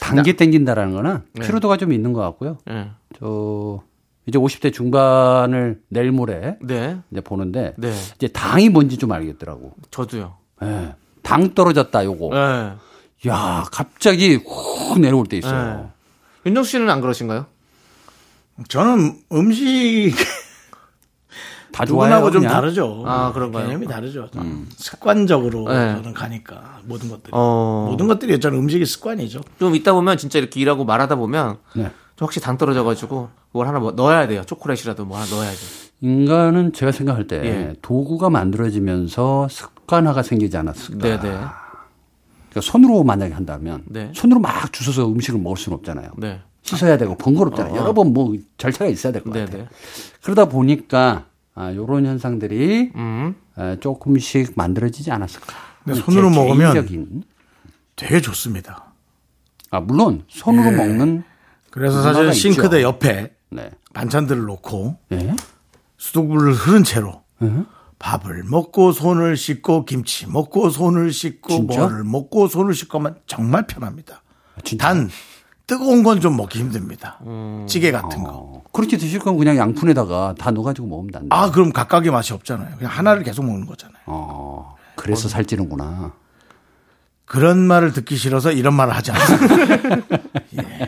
단기 땡긴다라는 거는 피로도가 좀 있는 것 같고요. 예. 저 이제 50대 중반을 내일 모레 네. 이제 보는데 네. 이제 당이 뭔지 좀 알겠더라고. 저도요. 예. 당 떨어졌다 요거. 예. 야 갑자기 훅 내려올 때 있어요. 네. 윤정 씨는 안 그러신가요? 저는 음식 다 누군하고 좋아하고 좀 좀 다른. 다르죠. 아, 그런가요? 개념이 다르죠. 습관적으로 네. 저는 가니까 모든 것들이 어. 모든 것들이 저는 음식이 습관이죠. 좀 있다 보면 진짜 이렇게 일하고 말하다 보면 네. 저 확실히 당 떨어져가지고 뭘 하나 뭐 넣어야 돼요. 초콜릿이라도 뭐 하나 넣어야죠. 인간은 제가 생각할 때 예. 도구가 만들어지면서 습관화가 생기지 않았을까. 네네. 그러니까 손으로 만약에 한다면 네. 손으로 막 주워서 음식을 먹을 수는 없잖아요. 네. 씻어야 되고 번거롭잖아요. 여러 번 뭐 절차가 있어야 될 것 같아요. 네네. 그러다 보니까 아, 요런 현상들이 음. 아, 조금씩 만들어지지 않았을까. 근데 손으로 제 먹으면 개인적인. 되게 좋습니다. 아, 물론 네. 손으로 먹는 그래서 문화가 사실 싱크대 있죠. 옆에 네. 반찬들을 놓고 예? 수돗물을 흐른 채로 밥을 먹고 손을 씻고 김치 먹고 손을 씻고 진짜? 뭐를 먹고 손을 씻고 하면 정말 편합니다. 아, 진짜? 단 뜨거운 건 좀 먹기 힘듭니다. 음. 찌개 같은 거. 어, 그렇게 드실 거면 그냥 양푼에다가 다 넣어가지고 먹으면 난다. 아 그럼 각각의 맛이 없잖아요. 그냥 하나를 계속 먹는 거잖아요. 어, 그래서 살찌는구나. 그런 말을 듣기 싫어서 이런 말을 하지 않습니다. 네.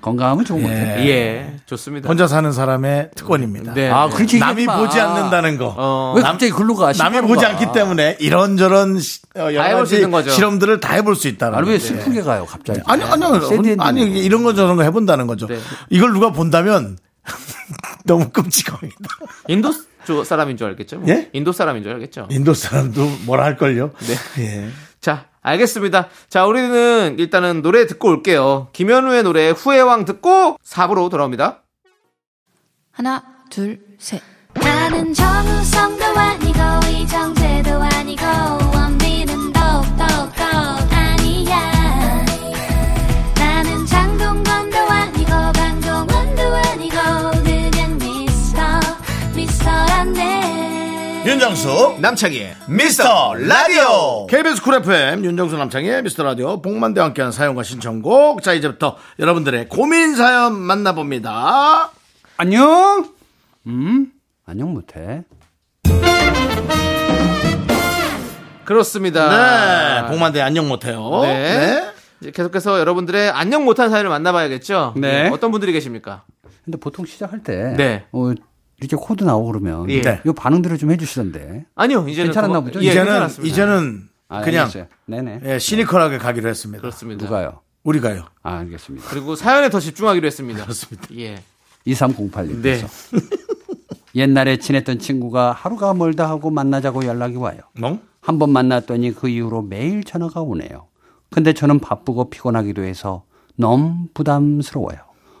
건강하면 좋은 것 같아요. 예, 좋습니다. 혼자 사는 사람의 특권입니다. 네. 어, 아, 그렇게 남이 얘기하지 마. 어. 보지 않는다는 거. 왜 갑자기 글로 가? 남이 싫다는 보지 거야. 않기 때문에 이런저런 시- 어, 여러 해볼 수 가지 있는 거죠. 예. 실험들을 다 해볼 수 있다는 아니, 왜 거죠. 슬프게 가요, 갑자기? 네. 아니 아니요 새드 엔딩. 아니 이게 이런 거 저런 거 해본다는 거죠. 네. 이걸 누가 본다면 너무 끔찍합니다. 인도 쪽 사람인 줄 알겠죠? 뭐. 예? 인도 사람인 줄 알겠죠? 인도 사람도 뭐라 할 걸요. 네. 예. 자, 알겠습니다. 자, 우리는 일단은 노래 듣고 올게요. 김현우의 노래 후회왕 듣고 4부로 돌아옵니다. 하나, 둘, 셋. 나는 정우성도 아니고 이정재도 아니고 원빈은 더욱더 아니야 나는 장동건도 아니고 방종원도 아니고 그냥 미스터 미스터란데 윤정수 남창희 미스터 라디오 KBS 쿨 FM 윤정수 남창희 미스터 라디오 복만대와 함께하는 사연과 신청곡 자 이제부터 여러분들의 고민 사연 만나봅니다 안녕? 음? 안녕 못해. 그렇습니다. 네 복만대 안녕 못해요 아. 네. 네. 이제 계속해서 여러분들의 안녕 못한 사연을 만나봐야겠죠? 네. 어떤 분들이 계십니까? 근데 보통 시작할 때. 네. 어, 이렇게 코드 나오고 그러면. 예. 요 반응들을 좀 해주시던데. 아니요, 이제는. 괜찮았나 그만- 보죠? 예, 네. 이제는 괜찮았습니다. 이제는 아, 그냥 알겠어요. 네네. 예, 시니컬하게 가기로 했습니다 그렇습니다. 누가요? 우리가요 아, 알겠습니다. 그리고 사연에 더 집중하기로 했습니다. 그렇습니다. 예. 2308님. 네. 께서 옛날에 친했던 친구가 하루가 멀다 하고 만나자고 연락이 와요. 멍? 한 번 만났더니 그 이후로 매일 전화가 오네요. 근데 저는 바쁘고 피곤하기도 해서 너무 부담스러워요.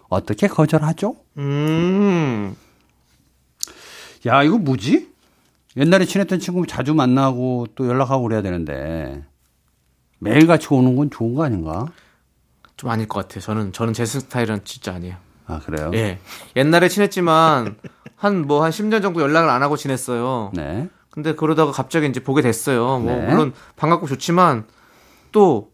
어떻게 거절하죠? 음. 야, 이거 뭐지? 옛날에 친했던 친구 자주 만나고 또 연락하고 그래야 되는데 매일 같이 오는 건 좋은 거 아닌가? 좀 아닐 것 같아요. 저는, 저는 제 스타일은 진짜 아니에요. 아, 그래요? 예. 옛날에 친했지만, 한 뭐, 한 10년 정도 연락을 안 하고 지냈어요. 네. 근데 그러다가 갑자기 이제 보게 됐어요. 뭐 네. 물론 반갑고 좋지만 또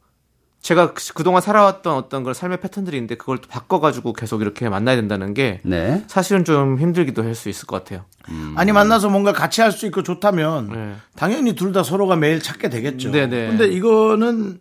제가 그- 그동안 살아왔던 어떤 걸 삶의 패턴들이 있는데 그걸 또 바꿔가지고 계속 이렇게 만나야 된다는 게 네. 사실은 좀 힘들기도 할 수 있을 것 같아요. 아니 만나서 뭔가 같이 할 수 있고 좋다면 네. 당연히 둘 다 서로가 매일 찾게 되겠죠 네네. 근데 이거는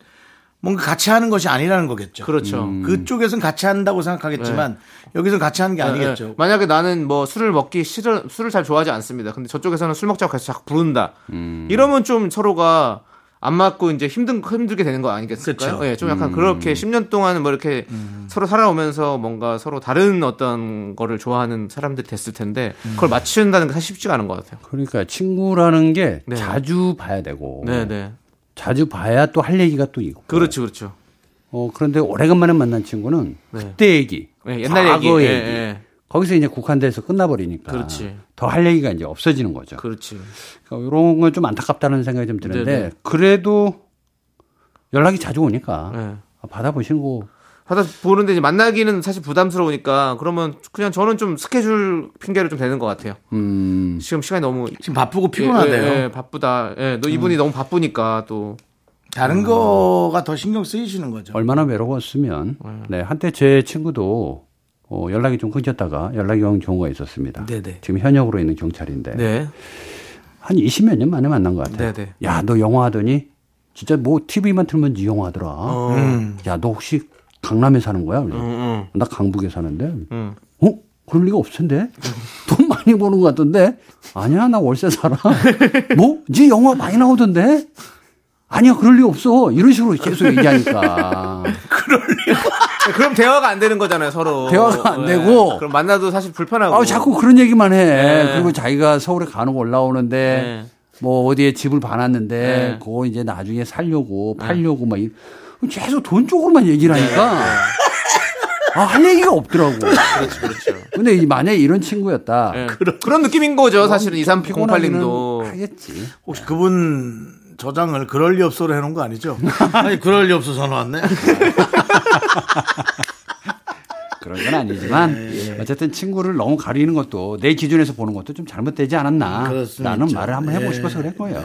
뭔가 같이 하는 것이 아니라는 거겠죠 그렇죠. 그쪽에선 같이 한다고 생각하겠지만 여기서 같이 하는 게 예, 예. 아니겠죠. 만약에 나는 뭐 술을 먹기 싫어 술을 잘 좋아하지 않습니다. 근데 저쪽에서는 술 먹자고 같이 자꾸 부른다. 음. 이러면 좀 서로가 안 맞고 이제 힘든 힘들게 되는 거 아니겠습니까? 그쵸. 음. 예, 좀 약간 그렇게 10년 동안 뭐 이렇게 서로 살아오면서 뭔가 서로 다른 어떤 거를 좋아하는 사람들이 됐을 텐데 음. 그걸 맞춘다는 게 사실 쉽지가 않은 것 같아요. 그러니까 친구라는 게 네. 자주 봐야 되고 네, 네. 자주 봐야 또 할 얘기가 또 있고. 그렇죠, 그렇죠. 어, 그런데 오래간만에 만난 친구는 네. 그때 얘기, 예, 옛날 얘기. 과거 예, 얘기, 예. 거기서 이제 국한돼서 끝나버리니까 그렇지. 더 할 얘기가 이제 없어지는 거죠. 그렇지. 그러니까 이런 건 좀 안타깝다는 생각이 좀 드는데 네네. 그래도 연락이 자주 오니까 예. 받아보시는 거 하다 보는데 이제 만나기는 사실 부담스러우니까 그러면 그냥 저는 좀 스케줄 핑계로 좀 되는 것 같아요. 음, 지금 시간이 너무 지금 바쁘고 피곤하대요. 예, 예, 예, 바쁘다. 예, 너 이분이 너무 바쁘니까 또 음. 다른 거가 더 신경 쓰이시는 거죠. 네. 얼마나 외로웠으면 네 한때 제 친구도 어, 연락이 좀 끊겼다가 연락이 온 경우가 있었습니다. 네네. 지금 현역으로 있는 경찰인데 네. 한 20몇 년 만에 만난 것 같아요. 네네. 야, 너 영화 하더니 진짜 뭐 TV만 틀면 네 영화 하더라. 어. 야, 너 혹시 강남에 사는 거야? 그래. 음, 나 강북에 사는데. 어? 그럴 리가 없을 텐데. 돈 많이 버는 것 같던데. 아니야, 나 월세 살아. 뭐? 네 영화 많이 나오던데. 아니야, 그럴 리 없어. 이런 식으로 계속 얘기하니까. 그럼 대화가 안 되는 거잖아요, 서로. 대화가 안 예. 되고. 그럼 만나도 사실 불편하고. 아, 자꾸 그런 얘기만 해. 뭐. 네. 그리고 자기가 서울에 간혹 올라오는데 네. 뭐 어디에 집을 봐놨는데 네. 그거 이제 나중에 살려고 팔려고 막 이- 계속 돈 쪽으로만 얘기를 하니까 아, 할 얘기가 없더라고. 네. 그렇죠, 그렇죠. 근데 이- 만약에 이런 친구였다. 예. 그런, 그런 느낌인 거죠, 사실은 피곤하기는 2308님도. 하겠지. 혹시 그분 저장을 그럴 리 없어로 해놓은 거 아니죠? 아니 그럴 리 없어 전화 왔네. 그런 건 아니지만 네, 어쨌든 친구를 너무 가리는 것도 내 기준에서 보는 것도 좀 잘못되지 않았나라는 말을 한번 네. 해보고 싶어서 그런 거예요.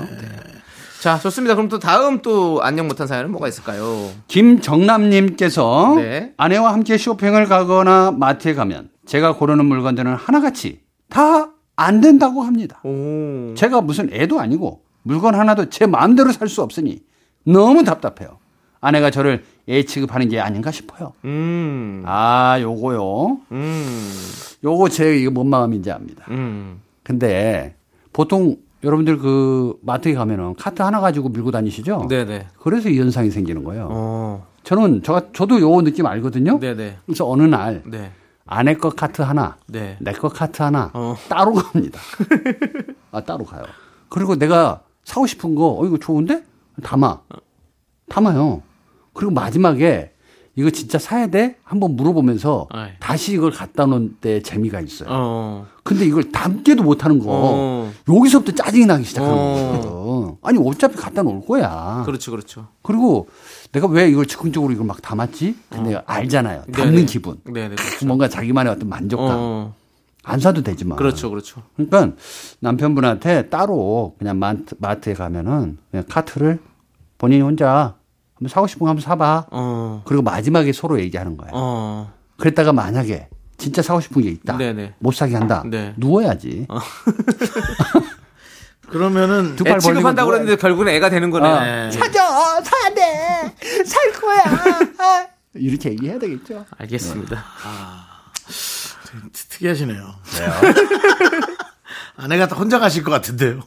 자, 좋습니다. 그럼 또 다음 또 안녕 못한 사연은 뭐가 있을까요? 김정남님께서 네. 아내와 함께 쇼핑을 가거나 마트에 가면 제가 고르는 물건들은 하나같이 다 안 된다고 합니다. 오. 제가 무슨 애도 아니고 물건 하나도 제 마음대로 살 수 없으니 너무 답답해요. 아내가 저를 애 취급하는 게 아닌가 싶어요. 음. 아, 요거요. 음. 요거 제 이거 뭔 마음인지 압니다. 음. 근데 보통 여러분들 그 마트에 가면은 카트 하나 가지고 밀고 다니시죠? 네네. 그래서 이 현상이 생기는 거예요. 어. 저는 저 저도 요 느낌 알거든요. 네네. 그래서 어느 날 네. 아내 거 카트 하나, 네. 내 거 카트 하나 어. 따로 갑니다. 아 따로 가요. 그리고 내가 사고 싶은 거, 어 이거 좋은데 담아, 담아요. 그리고 마지막에 이거 진짜 사야 돼? 한번 물어보면서 아이. 다시 이걸 갖다 놓을 때 재미가 있어요. 어. 근데 이걸 담게도 못하는 거 어. 여기서부터 짜증이 나기 시작하는 어. 거예요. 아니 어차피 갖다 놓을 거야. 그렇죠, 그렇죠. 그리고 내가 왜 이걸 즉흥적으로 이걸 막 담았지? 근데 알잖아요. 담는 어. 네네. 기분. 네네. 그렇죠. 뭔가 자기만의 어떤 만족감. 어. 안 사도 되지만. 그렇죠, 그렇죠. 그러니까 남편분한테 따로 그냥 마트, 마트에 가면은 그냥 카트를 본인이 혼자 한번 사고 싶은 거 한번 사봐. 어. 그리고 마지막에 서로 얘기하는 거예요. 어. 그랬다가 만약에 진짜 사고 싶은 게 있다. 네네. 못 사게 한다. 네. 누워야지. 그러면은 두 애 팔 벌리고 취급한다고 뭐 누워야지. 그랬는데 결국은 애가 되는 거네. 아. 요 사줘 사야 돼 살 거야 이렇게 얘기해야 되겠죠. 알겠습니다. 특이하시네요. 아내가 다 혼자 가실 것 같은데요.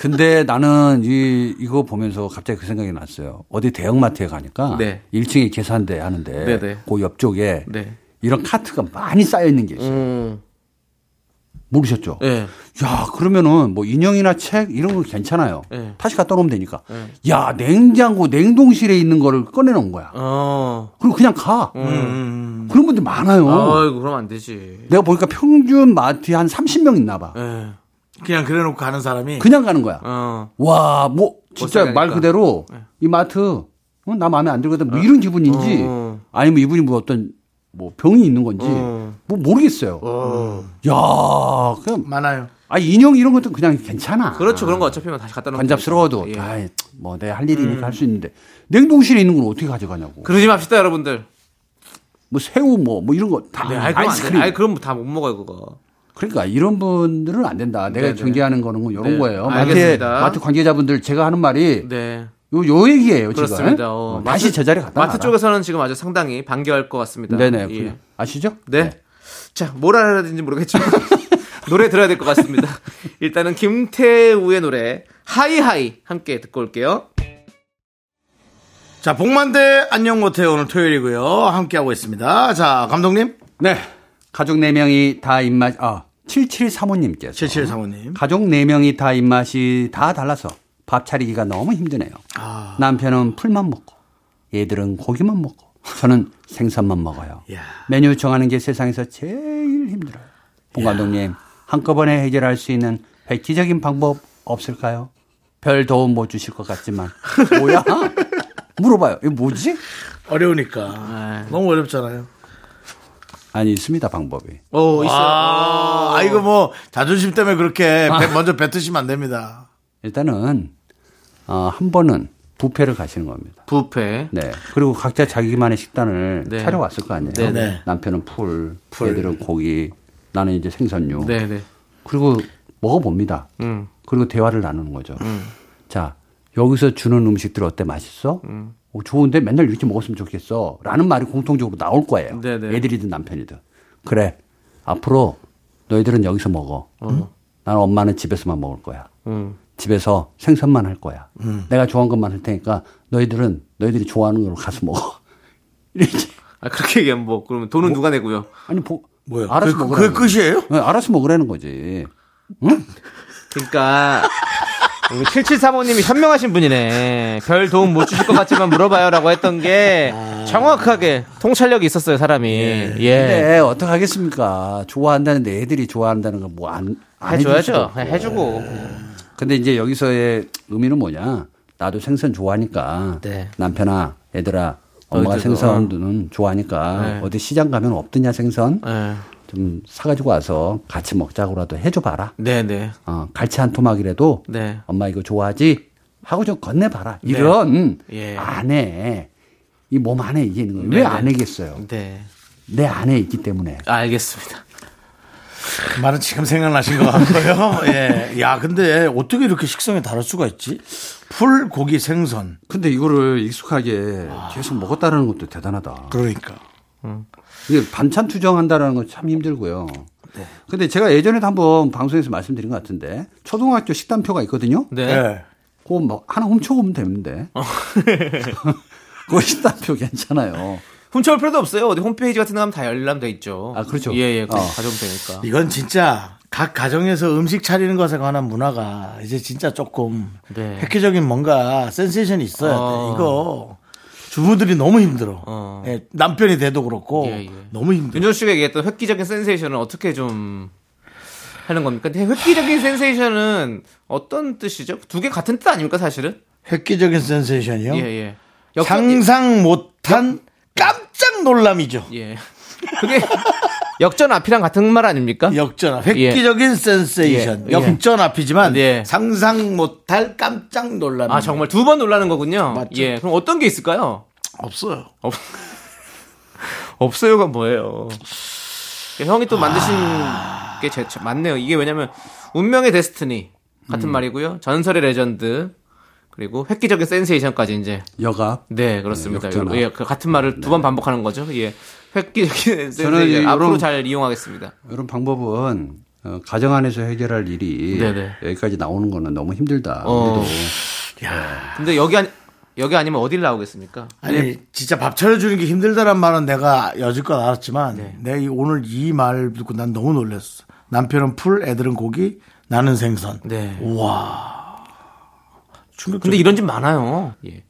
근데 나는 이 이거 보면서 갑자기 그 생각이 났어요. 어디 대형마트에 가니까 네. 1층에 계산대 하는데 네네. 그 옆쪽에 네. 이런 카트가 많이 쌓여 있는 게 있어요. 음. 모르셨죠? 예. 야, 그러면은 뭐 인형이나 책 이런 거 괜찮아요. 네. 다시 갖다 놓으면 되니까. 야, 냉장고, 냉동실에 있는 거를 꺼내 놓은 거야. 어. 음. 그리고 그냥 가. 그런 분들 많아요. 아이고, 그럼 안 되지. 내가 보니까 평균 마트에 한 30명 있나 봐. 예. 그냥 그래놓고 가는 사람이 그냥 가는 거야. 어. 그러니까. 와, 뭐 진짜 살게 말 하니까. 네. 그대로 이 마트 어, 나 마음에 안 들거든. 뭐 이런 기분인지 어. 아니면 이분이 뭐 어떤 뭐 병이 있는 건지 어. 뭐 모르겠어요. 야, 그냥 많아요. 아 인형 이런 것도 그냥 괜찮아. 그렇죠. 그런 거 어차피 다시 갖다 놓으면 관잡스러워도 되니까. 예. 음. 아, 뭐내 할 일이니까 할 수 있는데 냉동실에 있는 걸 어떻게 가져가냐고. 그러지 맙시다, 여러분들. 뭐 새우 뭐 뭐 이런 거 다 네, 아이, 그럼 안 돼. 아이스크림. 아이, 그럼 다 못 먹어요, 그거. 그러니까 이런 분들은 안 된다. 내가 네네. 경계하는 거는 뭐 이런 네, 거예요. 마트 알겠습니다. 마트 관계자분들 제가 하는 말이 네. 요, 요 얘기예요, 지금. 그렇습니다. 어, 어, 다시 제자리 갔다 마트 놔라. 쪽에서는 지금 아주 상당히 반겨할 것 같습니다. 네네. 예. 그래요. 아시죠? 네. 자, 뭘 알아야 되는지 모르겠지만 노래 들어야 될 것 같습니다. 일단은 김태우의 노래 하이하이 함께 듣고 올게요. 자, 복만대 안녕 못해 오늘 토요일이고요. 함께하고 있습니다. 자, 감독님. 네. 가족 네명이다 입맛, 아, 7735님께서. 77 사모님. 가족 네명이다 입맛이 다 달라서 밥 차리기가 너무 힘드네요. 아. 남편은 풀만 먹고, 얘들은 고기만 먹고, 저는 생선만 먹어요. 이야. 메뉴 정하는 게 세상에서 제일 힘들어요. 봉 감독님, 한꺼번에 해결할 수 있는 획기적인 방법 없을까요? 별 도움 못 주실 것 같지만. 뭐야? 물어봐요. 이거 뭐지? 어려우니까. 너무 어렵잖아요. 아니, 있습니다, 방법이. 오, 어, 아, 아, 이거 뭐, 자존심 때문에 그렇게 배- 먼저 뱉으시면 안 됩니다. 일단은 어, 한 번은 부페를 가시는 겁니다. 부페. 네. 그리고 각자 자기만의 식단을 네. 차려왔을 거 아니에요. 네, 네. 남편은 풀, 얘들은 고기, 나는 이제 생선류. 네, 네. 그리고 먹어봅니다. 음. 그리고 대화를 나누는 거죠. 자, 여기서 주는 음식들 어때? 맛있어? 어, 좋은데 맨날 이렇게 먹었으면 좋겠어. 라는 말이 공통적으로 나올 거예요. 네, 네. 애들이든 남편이든. 그래. 앞으로 너희들은 여기서 먹어. 응? 난 엄마는 집에서만 먹을 거야. 음. 집에서 생선만 할 거야. 내가 좋아하는 것만 할 테니까 너희들은 너희들이 좋아하는 걸로 가서 먹어. 이렇게. 아, 그렇게 얘기하면 뭐 그러면 돈은 누가 내고요? 아니, 보, 뭐야? 알아서 그, 먹으라는 그게 거지. 끝이에요? 네, 알아서 먹으라는 거지. 그러니까 우리 7735님이 현명하신 분이네. 별 도움 못 주실 것 같지만 물어봐요라고 했던 게 정확하게 통찰력이 있었어요, 사람이. 예. 근데 어떡하겠습니까? 좋아한다는데 애들이 좋아한다는 걸 뭐 안, 안 해줄 수도 해줘야죠. 없고. 해주고. 근데 이제 여기서의 의미는 뭐냐? 나도 생선 좋아하니까 네. 남편아, 애들아, 엄마가 어디서. 생선은 좋아하니까 네. 어디 시장 가면 없드냐 생선 네. 좀 사가지고 와서 같이 먹자고라도 해줘봐라. 네, 네. 어, 갈치 한 토막이라도 네. 엄마 이거 좋아하지 하고 좀 건네봐라. 이런 예. 안에 이 몸 안에 이게 있는 거예요. 네, 왜안 네. 해겠어요? 네. 내 안에 있기 때문에. 알겠습니다. 말은 지금 생각나신 것 같고요. 예. 야, 근데 어떻게 이렇게 식성이 다를 수가 있지? 풀, 고기, 생선. 근데 이거를 익숙하게 계속 먹었다라는 것도 대단하다. 그러니까. 이게 반찬 투정한다라는 건 참 힘들고요. 네. 근데 제가 예전에도 한번 방송에서 말씀드린 것 같은데 초등학교 식단표가 있거든요. 네. 어. 예. 그거 뭐 하나 훔쳐오면 되는데. 그거 식단표 괜찮아요. 훔쳐올 필요도 없어요. 어디 홈페이지 같은 데 가면 다 열람돼 있죠. 아, 그렇죠. 예, 예. 그럼 어. 가져오면 되니까. 아. 이건 진짜 각 가정에서 음식 차리는 것에 관한 문화가 이제 진짜 조금 네. 획기적인 뭔가 센세이션이 있어야 돼. 어. 이거 주부들이 너무 힘들어. 어. 예, 남편이 돼도 그렇고 예, 예. 너무 힘들어. 윤정 씨가 얘기했던 획기적인 센세이션은 어떻게 좀 하는 겁니까? 근데 획기적인 센세이션은 어떤 뜻이죠? 두 개 같은 뜻 아닙니까, 사실은? 획기적인 센세이션이요. 예, 예. 역- 상상 못한 깜짝 놀람이죠. 예. 그게 역전 앞이랑 같은 말 아닙니까? 역전압, 획기적인 센세이션, 예. 역전 앞이지만 예. 상상 못할 깜짝 놀람. 아, 정말 두 번 놀라는 거군요. 맞죠. 예. 그럼 어떤 게 있을까요? 없어요. 없... 없어요가 뭐예요? 예, 아. 형이 또 만드신 게 제, 제- 맞네요. 이게 왜냐면 운명의 데스티니 같은 말이고요. 전설의 레전드 그리고 획기적인 센세이션까지 이제 여가 네 그렇습니다. 역전화. 예, 그 같은 말을 네. 두 번 반복하는 거죠. 예, 획기적인 네, 이 센세이션 앞으로 요런- 잘 이용하겠습니다. 이런 방법은 어, 가정 안에서 해결할 일이 네네. 여기까지 나오는 거는 너무 힘들다. 어. 우리도 근데 여기 아니 여기 아니면 어딜 나오겠습니까? 아니 진짜 밥 차려주는 게 힘들다란 말은 내가 여지껏 알았지만 내가 이- 오늘 이 말 듣고 난 너무 놀랐어. 남편은 풀, 애들은 고기, 나는 생선. 네. 우와. 충격적. 근데 이런 집 많아요. 예.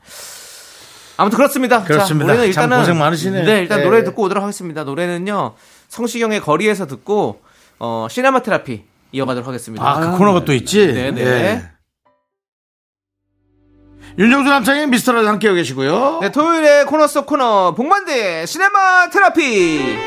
아무튼 그렇습니다. 그렇습니다. 자, 우리는 참 일단은 고생 많으시네요. 네, 일단 예. 노래 듣고 오도록 하겠습니다. 노래는요. 성시경의 거리에서 듣고 어, 시네마 테라피 이어가도록 하겠습니다. 아, 그 코너가 또 있지? 예. 네, 네. 윤정수 남창의 미스터라도 함께하고 계시고요. 네, 토요일에 코너 속 코너 복만대 시네마 테라피.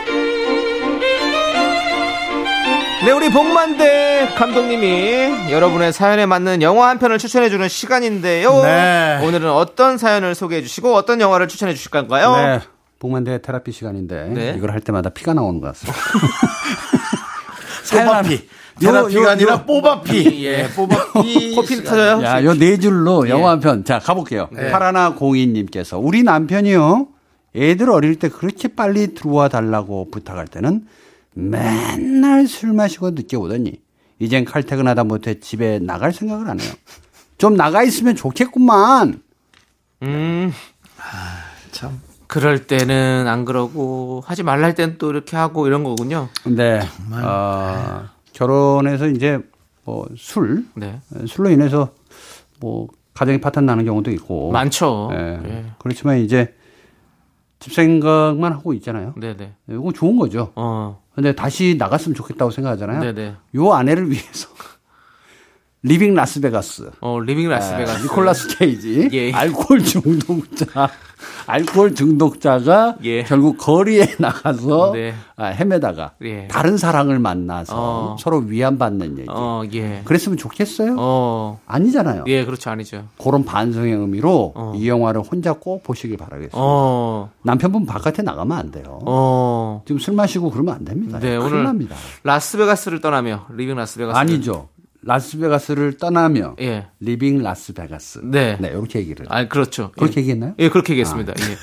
네, 우리 복만대 감독님이 여러분의 사연에 맞는 영화 한 편을 추천해 주는 시간인데요. 네. 오늘은 어떤 사연을 소개해 주시고 어떤 영화를 추천해 주실 건가요? 네. 복만대 테라피 시간인데 어. 네. 이걸 할 때마다 피가 나오는 것 같습니다. 뽀바피. 테라피가 요- 요- 아니라 요- 뽀바피. 예, 뽑아피 예. 네. 코피 터져요? 야, 요 네 줄로 영화 한 편. 자, 가볼게요. 파라나 공인님께서 우리 남편이요. 애들 어릴 때 그렇게 빨리 들어와 달라고 부탁할 때는 맨날 술 마시고 늦게 오더니 이젠 칼퇴근하다 못해 집에 나갈 생각을 안 해요. 좀 나가 있으면 좋겠구만. 음. 아, 그럴 때는 안 그러고 하지 말라 할 때는 또 이렇게 하고 이런 거군요. 네. 어, 결혼해서 이제 뭐 술, 네. 술로 인해서 뭐 가정이 파탄 나는 경우도 있고. 많죠. 예. 예. 그렇지만 이제 집 생각만 하고 있잖아요. 네, 네. 예, 이거 좋은 거죠. 어. 근데 다시 나갔으면 좋겠다고 생각하잖아요. 네, 네. 요 아내를 위해서 리빙 라스베가스, 어, 리빙 라스베가스. 네, 니콜라스 케이지, 예. 아, 알코올 중독자, 알코올 중독자가 예. 결국 거리에 나가서 네. 아, 헤매다가 예. 다른 사랑을 만나서 어. 서로 위안받는 얘기. 어, 예. 그랬으면 좋겠어요? 어. 아니잖아요. 예, 그렇죠. 아니죠. 그런 반성의 의미로 어. 이 영화를 혼자 꼭 보시길 바라겠습니다. 어. 남편분 바깥에 나가면 안 돼요. 어. 지금 술 마시고 그러면 안 됩니다. 네, 큰일 오늘 납니다. 라스베가스를 떠나며 리빙 라스베가스. 아니죠. 라스베가스를 떠나며 예. 리빙 라스베가스. 네. 이렇게 얘기를. 아, 그렇죠. 그렇게 아, 네. 예. 얘기했나요? 예, 그렇게 얘기했습니다. 예.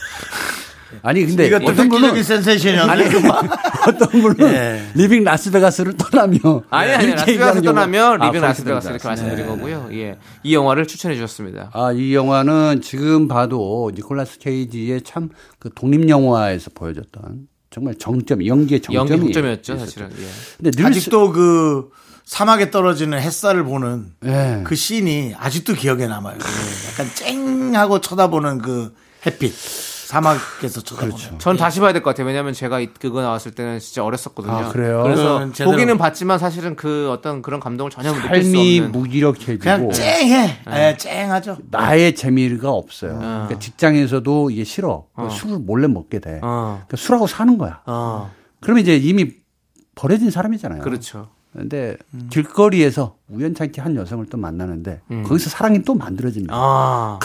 아니 근데 이것도 어떤 분은 획기적인 센세이션이었는데. 아니 어떤 분은 예. 리빙 라스베가스를 떠나며 아니, 아니, 이렇게 라스베가스 얘기하는 경우가- 떠나며 리빙 아, 네. 라스베가스 이렇게 말씀드린 거고요. 예. 이 영화를 추천해 주셨습니다. 아, 이 영화는 지금 봐도 니콜라스 케이지의 참 그 독립 영화에서 보여줬던 정말 정점, 연기의 그 정점이 연기 흑점이었죠, 있었죠. 사실은. 예. 근데 늘 아직도 그 사막에 떨어지는 햇살을 보는 예. 그 예, 씬이 아직도 기억에 남아요. 약간 쨍하고 쳐다보는 그 햇빛. 사막에서 쳐다보죠. 예. 전 다시 봐야 될 것 같아요. 왜냐면 제가 이- 그거 나왔을 때는 진짜 어렸었거든요. 아, 그래요? 그래서 그건 제대로- 보기는 봤지만 사실은 그 어떤 그런 감동을 전혀 느낄 수 삶이 없는. 무기력해지고 그냥 쨍해. 예, 쨍하죠. 나의 재미가 없어요. 아. 그러니까 직장에서도 이게 싫어. 술을 몰래 먹게 돼. 어. 그러니까 술하고 사는 거야. 어, 그러면 이제 이미 버려진 사람이잖아요. 그렇죠. 근데 길거리에서 우연찮게 한 여성을 또 만나는데 거기서 사랑이 또 만들어집니다. 음. 아,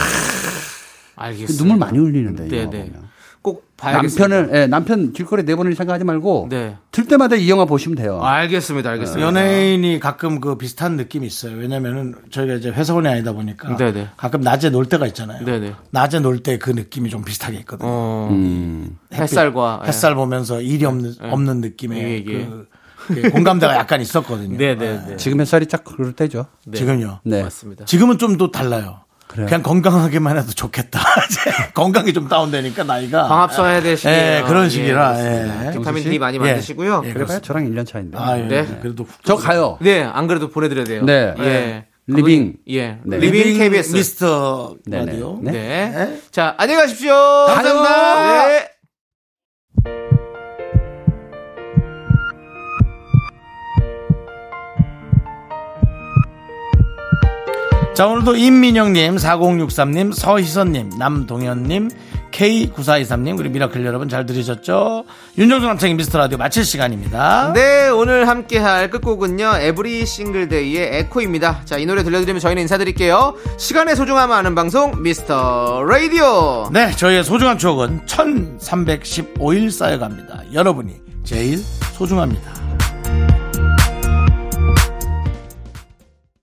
그 알겠습니다. 눈물 많이 흘리는데 이 네, 영화 네. 보면. 꼭 봐야겠습니다. 남편을 예, 남편 길거리 내보낼 생각하지 말고 네. 어. 들 때마다 이 영화 보시면 돼요. 아, 알겠습니다. 알겠습니다. 연예인이 가끔 그 비슷한 느낌이 있어요. 왜냐면은 저희가 이제 회사원이 아니다 보니까 네네. 가끔 낮에 놀 때가 있잖아요. 네네. 낮에 놀 때 그 느낌이 좀 비슷하게 있거든요. 어, 음. 햇살과 예. 햇살 보면서 일이 없는, 없는 느낌의 예, 예. 그, 그 공감대가 약간 있었거든요. 예. 네, 네, 네. 지금 햇살이 쫙 그럴 때죠. 네. 지금요. 네. 맞습니다. 지금은 좀 또 달라요. 그 그래요? 냥 건강하게만 해도 좋겠다. 이제 건강이 좀 다운되니까 나이가. 광합 써야 될 시기. 아, 예, 그런 시기라. 예. 비타민 D 많이 예. 만드시고요. 예, 그래봐요 저랑 1년 차인데. 아, 예. 네. 그래도 저 가요. 네, 안 그래도 보내드려야 돼요. 네. 예. 리빙. 예. 네. 리빙 KBS. 미스터 네네. 라디오. 네. 네. 자, 안녕히 가십시오. 감사합니다. 네. 자, 오늘도 임민영님, 4063님, 서희선님, 남동현님, K9423님, 그리고 미라클 여러분 잘 들으셨죠? 윤정수 남창의 미스터 라디오 마칠 시간입니다. 네, 오늘 함께 할 끝곡은요. 에브리 싱글데이의 에코입니다. 자, 이 노래 들려드리면 저희는 인사드릴게요. 시간의 소중함 아는 방송 미스터 라디오. 네, 저희의 소중한 추억은 1315일 쌓여갑니다. 여러분이 제일 소중합니다.